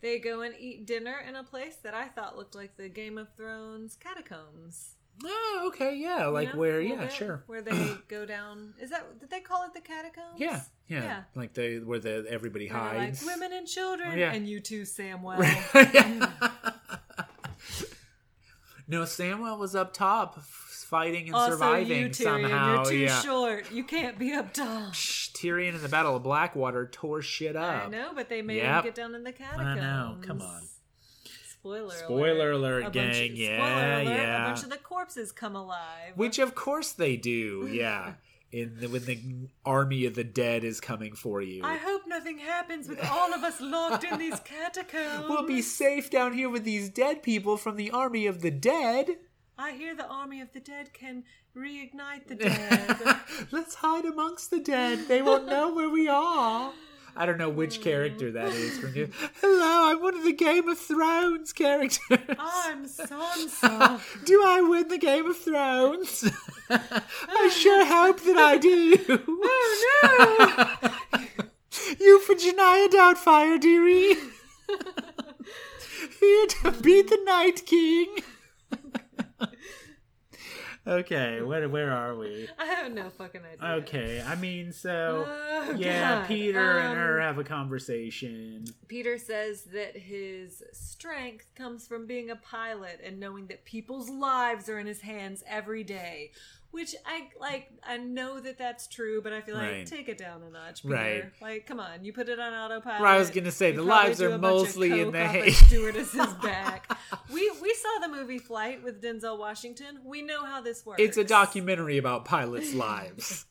C: They go and eat dinner in a place that I thought looked like the Game of Thrones catacombs.
B: Oh, okay, yeah,
C: You
B: like
C: know,
B: where?
C: a little
B: Yeah,
C: bit,
B: sure.
C: Where they go down. Is that did they call it the catacombs?
B: Yeah, yeah,
C: Yeah.
B: like the where the everybody
C: Where they're
B: hides.
C: Like women and children,
B: Yeah.
C: and you too, Samwell.
B: no, Samuel was up top f- fighting and
C: also,
B: surviving
C: you Tyrion,
B: somehow.
C: you're too
B: yeah.
C: short. You can't be up top.
B: Psh, Tyrion in the Battle of Blackwater tore shit up.
C: I know, but they made
B: Yep.
C: him get down in the
B: I
C: catacombs.
B: know, come on.
C: Spoiler
B: Spoiler alert,
C: A bunch of-
B: gang,
C: spoiler
B: yeah,
C: alert,
B: yeah.
C: A bunch of the corpses come alive.
B: Which, of course, they do. Yeah, in the, when the army of the dead is coming for you.
C: I hope nothing happens with all of us locked in these catacombs.
B: We'll be safe down here with these dead people from the army of the dead.
C: I hear the army of the dead can reignite the dead.
B: Let's hide amongst the dead. They won't know where we are. I don't know which character that is from you. Hello, I'm one of the Game of Thrones characters.
C: I'm Sansa.
B: do I win the Game of Thrones? I sure hope that I do. Oh no! you for Janaya Doubtfire, dearie. Here to beat the Night King. Okay, where where are we?
C: I have no fucking idea.
B: Okay, I mean, so
C: Oh,
B: yeah,
C: God.
B: Peter and
C: Um,
B: her have a conversation.
C: Peter says that his strength comes from being a pilot and knowing that people's lives are in his hands every day. Which I like. I know that that's true, but I feel like
B: Right.
C: take it down a notch, Peter.
B: Right.
C: Like, come on, you put it on autopilot.
B: Right, I was gonna say,
C: You
B: the
C: probably
B: lives
C: do
B: are
C: a bunch of
B: mostly in
C: coke
B: the
C: off
B: hay.
C: Stewardess's back. we we saw the movie Flight with Denzel Washington. We know how this works.
B: It's a documentary about pilots' lives.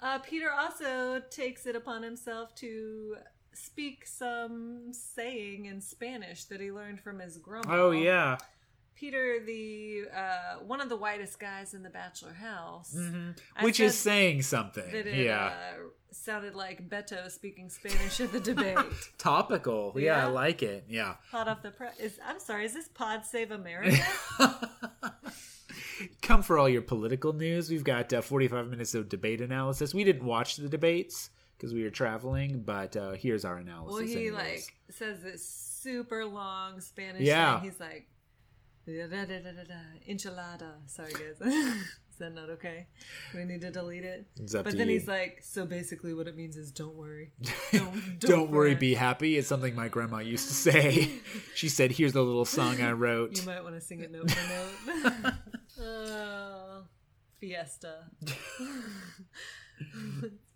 C: Uh, Peter also takes it upon himself to speak some saying in Spanish that he learned from his grandma.
B: Oh yeah,
C: Peter, the uh, one of the whitest guys in the bachelor house, I
B: Mm-hmm. which is
C: said
B: saying something.
C: that it
B: yeah,
C: uh, sounded like Beto speaking Spanish at the debate.
B: topical. Yeah,
C: Yeah.
B: I like it. Yeah.
C: Hot off the press. Is, I'm sorry, is this Pod Save America?
B: Come for all your political news. We've got uh, 45 minutes of debate analysis. We didn't watch the debates because we were traveling, but uh, here's our analysis.
C: well, he
B: anyways.
C: like says this super long Spanish
B: Yeah.
C: thing. He's like. Da, da, da, da, da, da, enchilada. Sorry, guys. is that not okay? Do we need to delete it?
B: It's up
C: but
B: to
C: then
B: you.
C: he's like, so basically, what it means is don't worry. Don't,
B: Don't worry,
C: fret.
B: be happy. It's something my grandma used to say. she said, Here's the little song I wrote.
C: You might want to sing it note for note. Oh, fiesta.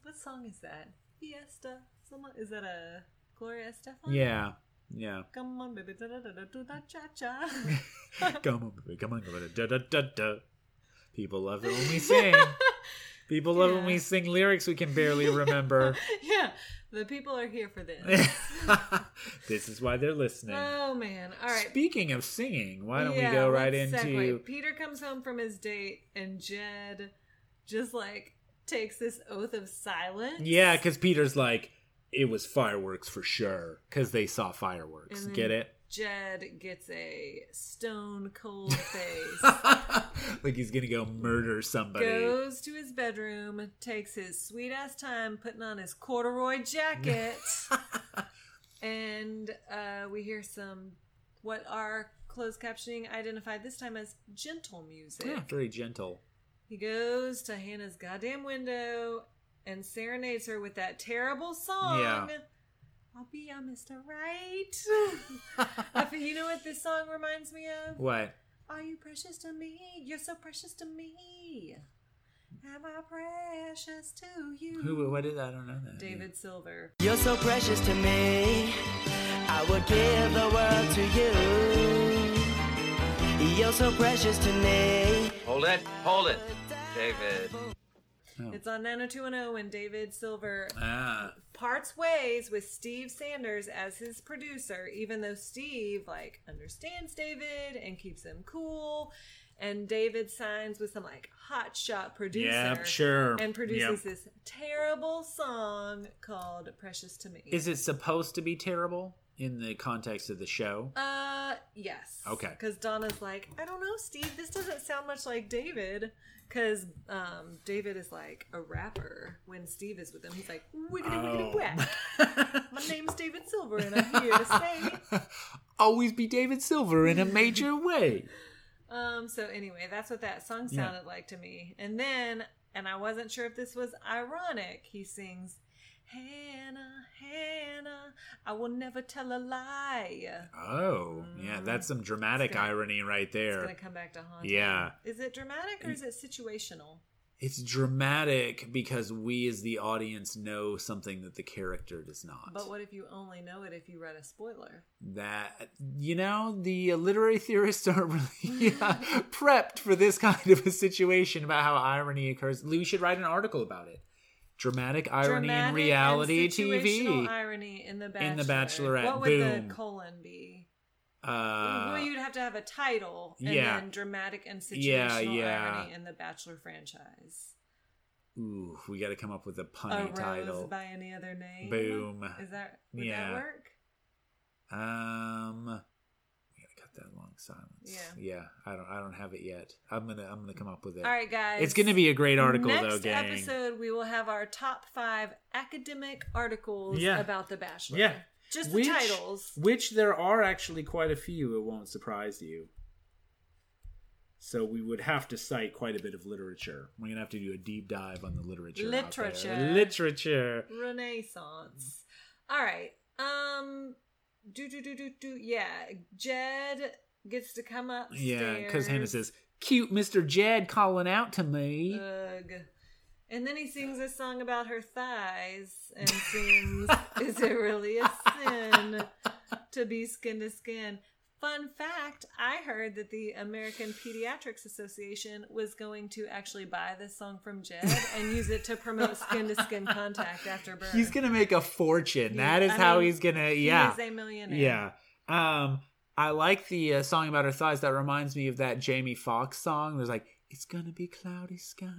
C: what song is that? Fiesta. Someone is that a Gloria Estefan?
B: yeah. Yeah.
C: Come on, baby, da da da da do da cha cha.
B: come on, baby, come on, come on. Da, da, da, da. People love it when we sing. People love when
C: Yeah.
B: we sing lyrics we can barely remember.
C: yeah, the people are here for this.
B: this is why they're listening.
C: oh man! All right.
B: Speaking of singing, why don't
C: Yeah,
B: we go right
C: let's
B: into
C: segue. Peter comes home from his date, and Jed just like takes this oath of silence.
B: Yeah, because Peter's like, it was fireworks for sure, because they saw fireworks.
C: And then
B: Get it?
C: Jed gets a stone cold face.
B: like he's gonna go murder somebody.
C: goes to his bedroom, takes his sweet ass time putting on his corduroy jacket, and uh, we hear some what our closed captioning identified this time as gentle music.
B: Yeah, very gentle.
C: He goes to Hannah's goddamn window and serenades her with that terrible song.
B: Yeah.
C: I'll be your Mr. Right. I feel- you know what this song reminds me of?
B: What?
C: Are you precious to me? You're so precious to me. Am I precious to you?
B: Who? What is? I don't know that.
C: David Silver.
E: You're so precious to me. I would give the world to you. You're so precious to me.
F: Hold it, hold it, David.
C: It's on 90210 when David Silver
B: Ah,
C: parts ways with Steve Sanders as his producer, even though Steve like understands David and keeps him cool. And David signs with some like hotshot producer.
B: Yeah, sure.
C: And produces
B: Yep.
C: this terrible song called Precious to Me.
B: is it supposed to be terrible in the context of the show?
C: Uh, yes.
B: Okay.
C: Because Donna's like, I don't know, Steve. This doesn't sound much like David. Because um, David is like a rapper when Steve is with him. He's like, wiggity wiggity
B: Oh.
C: whack. My name's David Silver, and I'm here to say.
B: Always be David Silver in a major way.
C: Um. So anyway, that's what that song
B: Yeah.
C: sounded like to me. And then, and I wasn't sure if this was ironic. He sings. Hannah, Hannah, I will never tell a lie.
B: Oh, yeah, that's some dramatic
C: It's gonna-
B: irony right
C: It's gonna
B: there.
C: come back to haunt.
B: Yeah.
C: him. Is it dramatic or is it situational?
B: It's dramatic because we as the audience know something that the character does not.
C: But what if you only know it if you read a spoiler?
B: that you know the literary theorists aren't really uh, prepped for this kind of a situation about how irony occurs we should write an article about it dramatic irony
C: Dramatic
B: in reality
C: and situational
B: tv
C: Irony in the Bachelor.
B: In The Bachelorette,
C: What would
B: boom.
C: the colon be? well,
B: uh,
C: you'd have to have a title and
B: yeah.
C: then dramatic and situational
B: Yeah, yeah.
C: irony in the Bachelor franchise.
B: ooh, we got to come up with a
C: a
B: punny
C: rose
B: title
C: by any other name.
B: Boom.
C: Is that would
B: Yeah.
C: that work?
B: um we gotta cut that long silence
C: Yeah.
B: yeah i don't i don't have it yet i'm gonna i'm gonna come up with it
C: All right, guys.
B: it's gonna be a great article
C: Next
B: though gang
C: episode, we will have our top five academic articles
B: Yeah.
C: about the Bachelor.
B: Yeah.
C: just the titles.
B: Which there are actually quite a few. It won't surprise you. So we would have to cite quite a bit of literature. We're gonna have to do a deep dive on the literature. out there.
C: Literature.
B: Literature.
C: Renaissance. All right. Um. Do do do do do. Yeah. Jed gets to come up.
B: Yeah, because Hannah says, "Cute Mr. Jed calling out to
C: Uh,
B: me."
C: Ugh. And then he sings a song about her thighs and sings, Is it really a sin to be skin to skin? Fun fact I heard that the American Pediatrics Association was going to actually buy this song from Jed and use it to promote skin to skin contact after birth.
B: he's gonna make a fortune.
C: He-
B: that is
C: I
B: how
C: mean,
B: he's gonna.
C: He
B: Yeah.
C: is a millionaire.
B: Yeah. Um, I like the uh, song about her thighs. That reminds me of that Jamie Foxx song. There's like, it's gonna be cloudy skies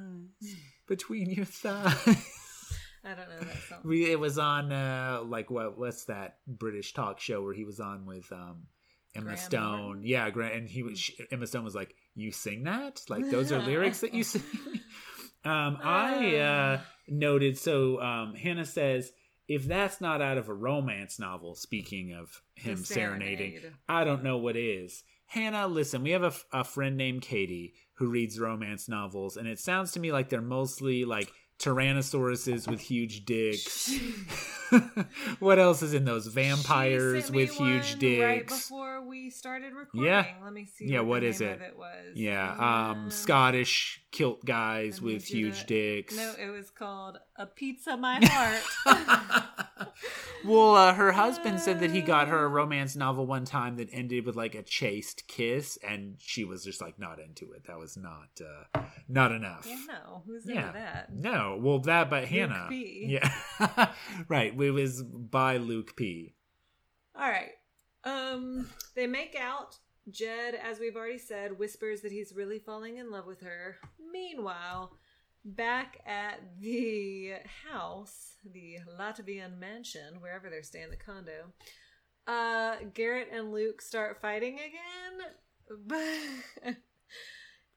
B: between your thighs.
C: I don't know that song.
B: we, it was on uh, like what? What's that British talk show where he was on with um, Emma
C: Graham
B: Stone?
C: Norton? Mm.
B: Yeah, Grant, and he was she, Emma Stone was like, "You sing that? Like those are lyrics that you sing." um, I uh, noted so um, Hannah says. If that's not out of a romance novel, speaking of him
C: The
B: serenading,
C: Serenade.
B: I don't know what is. Hannah, listen, we have a, f- a friend named Katie who reads romance novels, and it sounds to me like they're mostly like tyrannosauruses with huge dicks. what else is in those?
C: She
B: Vampires
C: sent me
B: with huge
C: one
B: dicks.
C: Right before we started recording. Let me see.
B: Yeah,
C: what
B: what
C: the
B: is
C: name
B: it?
C: Of it was.
B: yeah, um,
C: Uh,
B: Scottish kilt guys
C: I
B: with
C: need you
B: huge
C: to-
B: dicks.
C: No, it was called A Pizza My Heart.
B: well, uh, her husband said that he got her a romance novel one time that ended with like a chaste kiss, and she was just like not into it. That was not uh, not enough.
C: yeah, no, who's
B: Yeah.
C: into that?
B: No, well, that but Hannah.
C: P.
B: Yeah, right. It was by Luke P.
C: All right. Um, they make out. Jed, as we've already said, whispers that he's really falling in love with her. Meanwhile, back at the house, the Latvian mansion, wherever they're staying, the condo, uh, Garrett and Luke start fighting again. But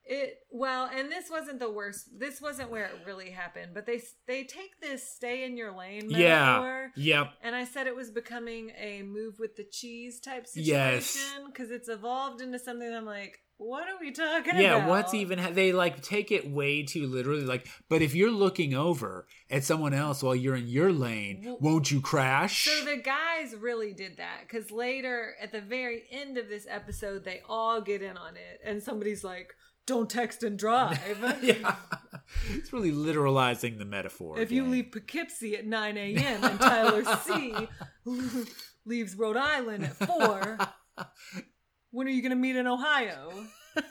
C: it well, and this wasn't the worst. This wasn't where it really happened. But they they take this "stay in your lane" metaphor.
B: Yeah. Yep.
C: And I said it was becoming a move with the cheese type
B: Yes.
C: situation because it's evolved into something. I'm like, what are we talking about?
B: Yeah, what's even ha- they like take it way too literally like but if you're looking over at someone else while you're in your lane,
C: Well-
B: won't you crash?
C: So the guys really did that because later at the very end of this episode, they all get in on it, and somebody's like, "Don't text and drive."
B: yeah. It's really literalizing the metaphor.
C: If you
B: again.
C: leave Poughkeepsie at 9 a.m. and Tyler C leaves Rhode Island at 4, when are you going to meet in Ohio?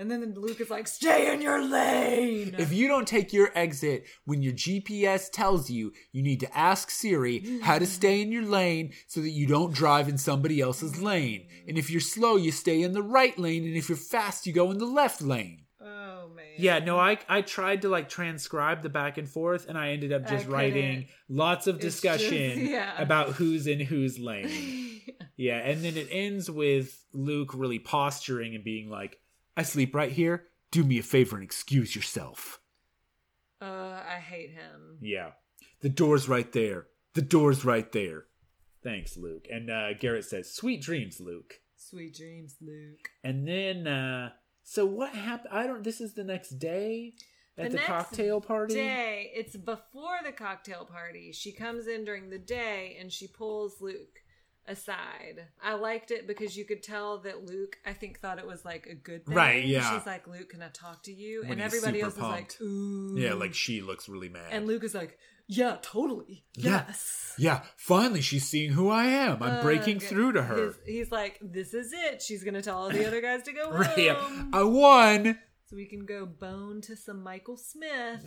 C: And then Luke is like, stay in your lane.
B: if you don't take your exit when your GPS tells you, you need to ask Siri how to stay in your lane so that you don't drive in somebody else's lane. And if you're slow, you stay in the right lane, and if you're fast, you go in the left lane.
C: oh, man.
B: Yeah, no, I I tried to like transcribe the back and forth, and I ended up
C: I
B: just
C: couldn't.
B: writing lots of
C: It's just-
B: discussion
C: yeah.
B: about who's in whose lane. yeah, and then it ends with Luke really posturing and being like, "I sleep right here. Do me a favor and excuse yourself."
C: Uh, I hate him.
B: Yeah, the door's right there. The door's right there. Thanks, Luke. And uh, Garrett says, "Sweet dreams, Luke."
C: Sweet dreams, Luke.
B: And then, uh, so what happened? I don't. This is the next day at the,
C: next
B: cocktail party.
C: Day, it's before the cocktail party. She comes in during the day and she pulls Luke aside. I liked it because you could tell that Luke, I think, thought it was like a good thing.
B: Right, yeah.
C: She's like, Luke, can I talk to you?
B: When
C: and
B: he's
C: everybody
B: super
C: else
B: pumped.
C: is like, ooh.
B: Yeah, like she looks really mad.
C: Mm-hmm. And Luke is like, yeah, totally.
B: Yeah.
C: Yes.
B: yeah, finally she's seeing who I am. I'm breaking
C: Ugh.
B: through to her.
C: He's, he's like, this is it. She's going to tell all the other guys to go
B: Right,
C: home.
B: yeah. Uh, I won.
C: So we can go bone to some Michael Smith.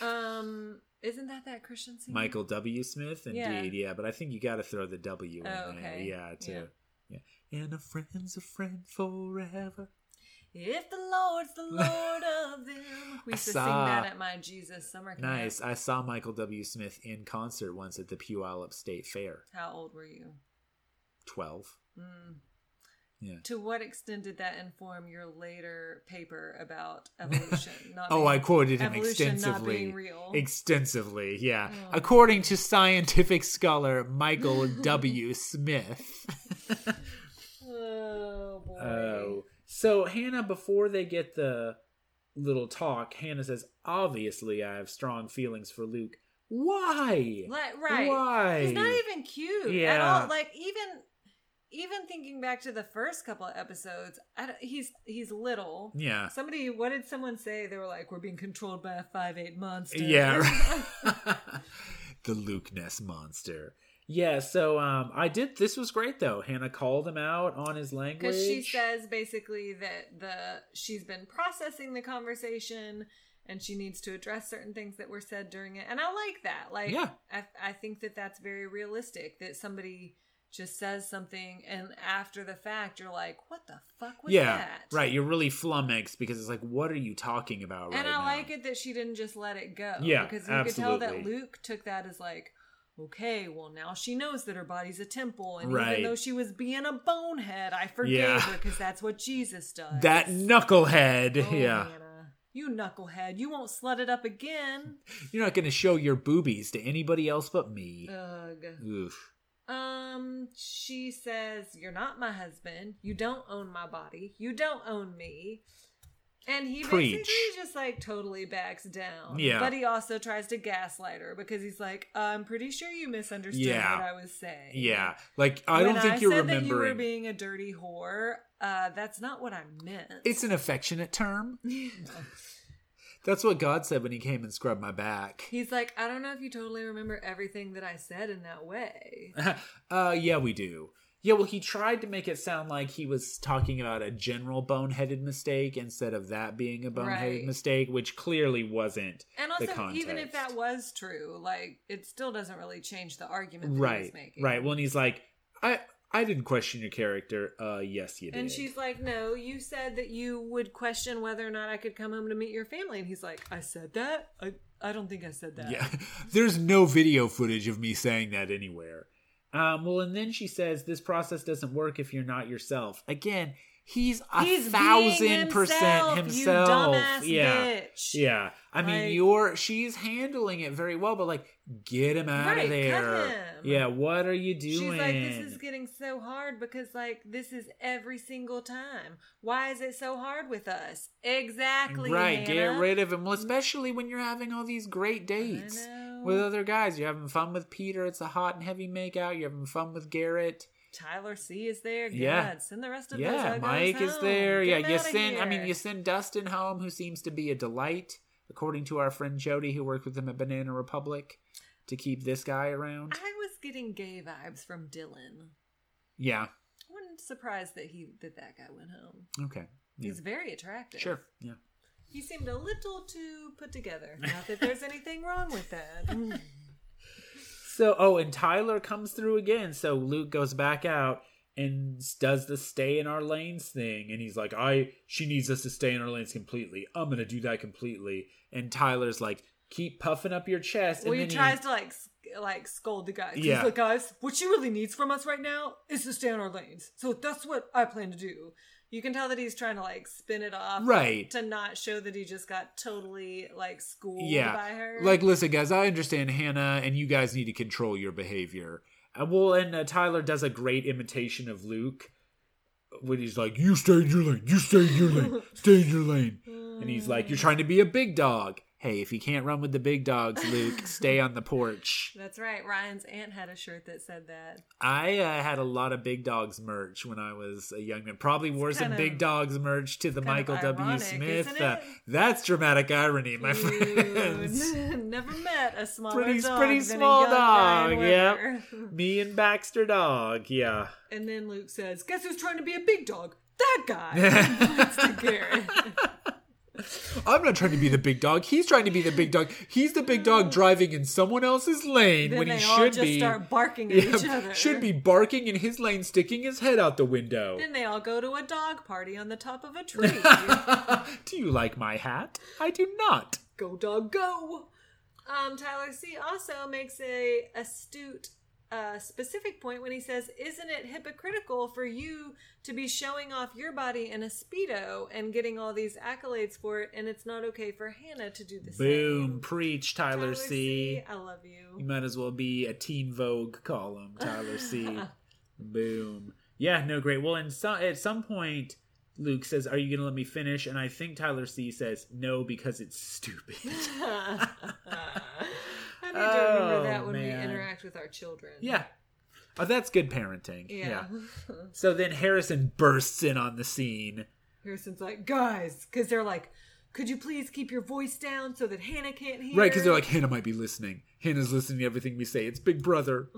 C: um, isn't that that Christian scene?
B: Michael W. Smith,
C: Yeah.
B: indeed. Yeah, but I think you got to throw the W in
C: Oh,
B: there.
C: okay.
B: Yeah, to yeah. And a friend's a friend forever.
C: If the Lord's the Lord of them. We used to sing
B: saw-
C: that at my Jesus summer camp.
B: Nice. I saw Michael W. Smith in concert once at the Puyallup State Fair.
C: How old were you?
B: Twelve. Yeah.
C: To what extent did that inform your later paper about evolution? Not
B: Oh, I
C: being-
B: quoted him
C: evolution
B: extensively.
C: Not being real.
B: Extensively, yeah. According to scientific scholar Michael W. Smith.
C: oh boy.
B: Oh, So Hannah, before they get the little talk, Hannah says, "Obviously, I have strong feelings for Luke. Why?
C: Like, right.
B: Why?
C: He's not even cute at
B: Yeah.
C: all. Like even even thinking back to the first couple of episodes, I don't, he's he's little.
B: Yeah.
C: Somebody, what did someone say? They were like, "We're being controlled by a five eight monster."
B: Yeah. right. the Luke Ness monster. Yeah, so um I did this was great though. Hannah called him out on his language.
C: because she says basically that the she's been processing the conversation and she needs to address certain things that were said during it and i like that like
B: Yeah.
C: I, I think that that's very realistic that somebody just says something and after the fact you're like what the fuck was
B: Yeah.
C: that
B: Right, you're really flummoxed because it's like what are you talking about right
C: and i
B: now?
C: like it that she didn't just let it go
B: Yeah,
C: because you could tell that
B: absolutely.
C: luke took that as like okay well now she knows that her body's a temple and
B: Right.
C: even though she was being a bonehead i forgave
B: Yeah.
C: her because that's what jesus does
B: That knucklehead.
C: Oh,
B: yeah.
C: Hannah. You knucklehead. You won't slut it up again.
B: You're not going to show your boobies to anybody else but me.
C: Ugh.
B: Oof.
C: Um, she says, You're not my husband. You don't own my body. You don't own me. And he
B: Preach.
C: basically just like totally backs down.
B: Yeah.
C: But he also tries to gaslight her because he's like, I'm pretty sure you misunderstood
B: Yeah.
C: what I was saying.
B: Yeah. Like I
C: When
B: don't think you're
C: said
B: remembering.
C: that you were being a dirty whore. Uh, that's not what I meant.
B: it's an affectionate term. That's what God said when he came and scrubbed my back.
C: He's like, I don't know if you totally remember everything that I said in that way.
B: uh, yeah, we do. Yeah, well, he tried to make it sound like he was talking about a general boneheaded mistake instead of that being a boneheaded
C: Right.
B: mistake, which clearly wasn't.
C: And
B: the
C: also, even
B: context.
C: if that was true, like it still doesn't really change the argument that he
B: right,
C: was making.
B: right. Well, and he's like, I, I didn't question your character. Uh, yes, you did.
C: And she's like, "No, you said that you would question whether or not I could come home to meet your family." And he's like, "I said that. I, I don't think I said that."
B: Yeah, there's no video footage of me saying that anywhere. Um, well, and then she says this process doesn't work if you're not yourself. Again, he's a
C: He's
B: thousand
C: being
B: percent
C: himself, you
B: himself.
C: dumbass
B: yeah,
C: bitch.
B: yeah. I mean,
C: Like-
B: you're she's handling it very well, but like, get him out
C: Right,
B: of
C: cut
B: there.
C: him.
B: Yeah, what are you doing?
C: She's like, "This is getting so hard because like this is every single time. Why is it so hard with us?" Exactly.
B: Right,
C: Hannah. Mm.
B: get rid of him. Well, especially when you're having all these great dates
C: know.
B: with other guys. You're having fun with Peter. It's a hot and heavy makeout. You're having fun with Garrett.
C: Tyler C is there.
B: Yeah.
C: God, send the rest of those
B: Yeah,
C: uggos
B: Mike is
C: home.
B: there.
C: Get
B: yeah,
C: them
B: you
C: outta
B: send. I mean,
C: here.
B: you send Dustin home, who seems to be a delight, according to our friend Jody, who worked with him at Banana Republic, to keep this guy around.
C: I was getting gay vibes from Dylan.
B: Yeah.
C: I wasn't surprised that he that that guy went home.
B: Okay. Yeah.
C: He's very attractive.
B: Sure. Yeah.
C: He seemed a little too put together. Not that there's anything wrong with that.
B: So, oh, and Tyler comes through again. So Luke goes back out and does the stay in our lanes thing. And he's like, I, she needs us to stay in our lanes completely. I'm going to do that completely. And Tyler's like, keep puffing up your chest.
C: well,
B: and
C: he
B: then
C: tries to like s- like scold the guys.
B: Yeah.
C: He's like, guys, what she really needs from us right now is to stay on our lanes. So that's what I plan to do. You can tell that he's trying to like spin it off,
B: Right.
C: To not show that he just got totally like schooled by her.
B: Like, listen, guys, I understand Hannah, and you guys need to control your behavior. Uh, well, and uh, Tyler does a great imitation of Luke when he's like, "You stay in your lane. You stay in your lane. Stay in your lane." And he's like,
C: Mm.
B: "You're trying to be a big dog. Hey, if you can't run with the big dogs, Luke, stay on the porch."
C: that's right. Ryan's aunt had a shirt that said that.
B: I uh, had a lot of big dogs merch when I was a young man. Probably wore some
C: kind
B: big
C: of-
B: dogs merch to the
C: kind of
B: Michael W.
C: ironic,
B: Smith.
C: isn't
B: Uh,
C: it?
B: that's dramatic irony, my friends.
C: Dude, never met a smaller
B: pretty
C: dog
B: pretty
C: than a
B: small
C: young
B: dog.
C: Ryan
B: Yep.
C: Weber.
B: Me and Baxter dog. Yeah.
C: And then Luke says, "Guess who's trying to be a big dog? That guy." That's to Garrett.
B: I'm not trying to be the big dog. He's trying to be the big dog. He's the big dog driving in someone else's lane
C: Then
B: when
C: they
B: he
C: all
B: should
C: just
B: be
C: start barking at each
B: yeah,
C: other.
B: should be barking in his lane, sticking his head out the window.
C: Then they all go to a dog party on the top of a tree.
B: do you like my hat? I do not.
C: go dog, go! Um, Tyler C also makes a astute. uh specific point when he says, "Isn't it hypocritical for you to be showing off your body in a speedo and getting all these accolades for it, and it's not okay for Hannah to do the same?"
B: Boom! Preach, Tyler,
C: Tyler
B: C.
C: C, I love
B: You
C: you.
B: might as well be a Teen Vogue column, Tyler C. Boom. Yeah, no, great. Well, and so, at some point, Luke says, Are you going to let me finish? And I think Tyler C says, No, because it's stupid.
C: I need to remember that
B: Oh,
C: when
B: man.
C: we interact with our children.
B: yeah. Oh, that's good parenting.
C: Yeah.
B: So then Harrison bursts in on the scene.
C: Harrison's like, guys, because they're like, could you please keep your voice down so that Hannah can't hear?
B: Right, because they're like, Hannah might be listening. Hannah's listening to everything we say. It's Big Brother.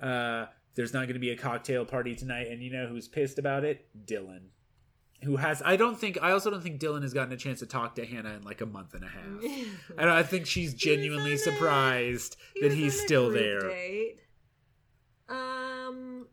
B: uh, there's not going to be a cocktail party tonight, and you know who's pissed about it? Dylan. Who has, I don't think, I also don't think Dylan has gotten a chance to talk to Hannah in like a month and a half. I, don't, I think she's genuinely
C: on a-
B: surprised
C: He
B: that
C: was
B: he's
C: on a
B: still
C: group
B: there.
C: date. Um,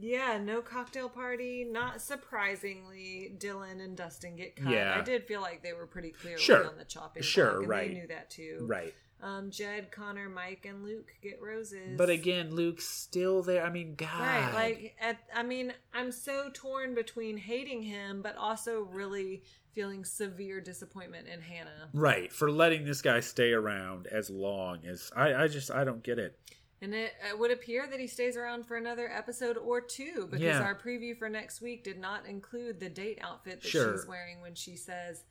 C: yeah, no cocktail party. Not surprisingly, Dylan and Dustin get cut.
B: Yeah.
C: I did feel like they were pretty clearly
B: Sure.
C: on the chopping
B: Sure,
C: block, and
B: right.
C: They knew that too.
B: Right.
C: Um, Jed, Connor, Mike, and Luke get roses.
B: But again, Luke's still there. I mean, God.
C: Right, like at, I mean, I'm so torn between hating him, but also really feeling severe disappointment in Hannah.
B: Right, for letting this guy stay around as long as I, I just I don't get it.
C: And it, it would appear that he stays around for another episode or two because
B: Yeah.
C: our preview for next week did not include the date outfit that
B: Sure.
C: she's wearing when she says,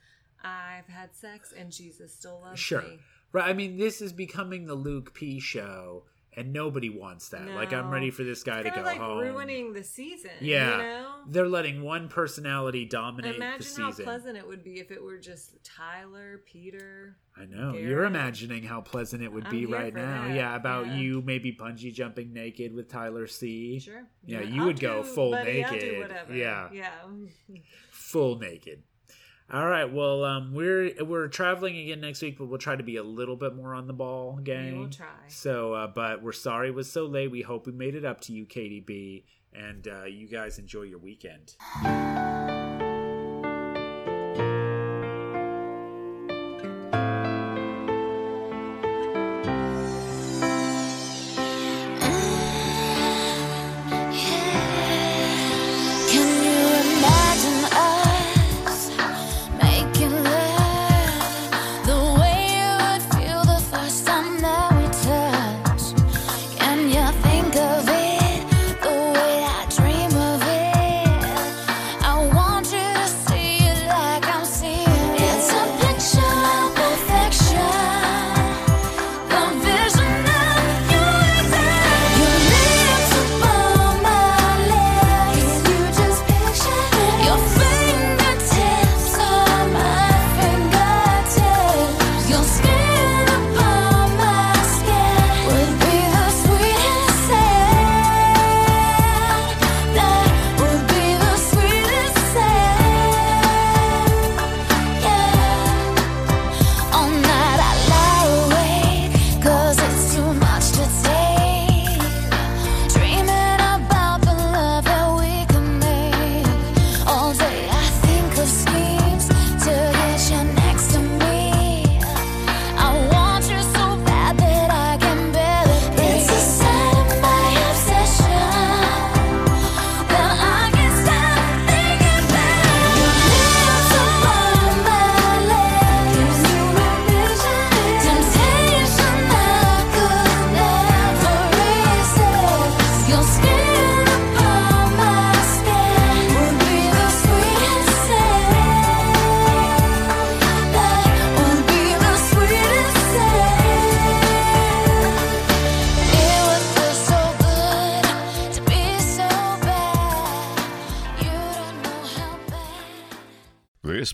C: "I've had sex and Jesus still loves
B: Sure.
C: me."
B: Right, I mean this is becoming the Luke P show and nobody wants that. Like I'm
C: No.
B: ready for this guy
C: They're
B: to go
C: like
B: home.
C: ruining the season.
B: yeah.
C: you know.
B: They're letting one personality dominate the
C: Imagine how
B: season.
C: pleasant it would be if it were just Tyler, Peter,
B: I know.
C: Garrett.
B: You're imagining how pleasant it would
C: I'm
B: be
C: here
B: right
C: for
B: now.
C: that.
B: Yeah, about
C: Yeah.
B: you maybe bungee jumping naked with Tyler C.
C: Sure.
B: Yeah, you would go full
C: I'll
B: naked.
C: do whatever.
B: Yeah.
C: Yeah.
B: full naked. All right, well, um, we're we're traveling again next week, but we'll try to be a little bit more on the ball, gang.
C: We will try.
B: So, uh, but we're sorry it was so late. We hope we made it up to you, KDB, and uh, you guys enjoy your weekend.
G: Can you imagine us making love the way you would feel the first time that we touched? Can you think of it the way I dream of it? I want you to see it like I'm seeing it. It's a picture of perfection. The vision of you exists. Your lips upon my lips. You just picture Your fingertips on my fingertips. Your skin upon my skin would be the sweetest sound. That would be the sweetest sound. Yeah. All night I lie awake 'cause it's too much to take. Dreaming about the love that we can make. All day I think of schemes to get you next to me. I want you so bad that I can barely breathe. It's a sign of my obsession. Now I can stop thinking about your lips upon my lips. You envision temptation I could never resist. Your skin upon my skin would be the sweetest sound. That would be the sweetest sound. It would feel so good to be so bad. You don't know how bad.
H: This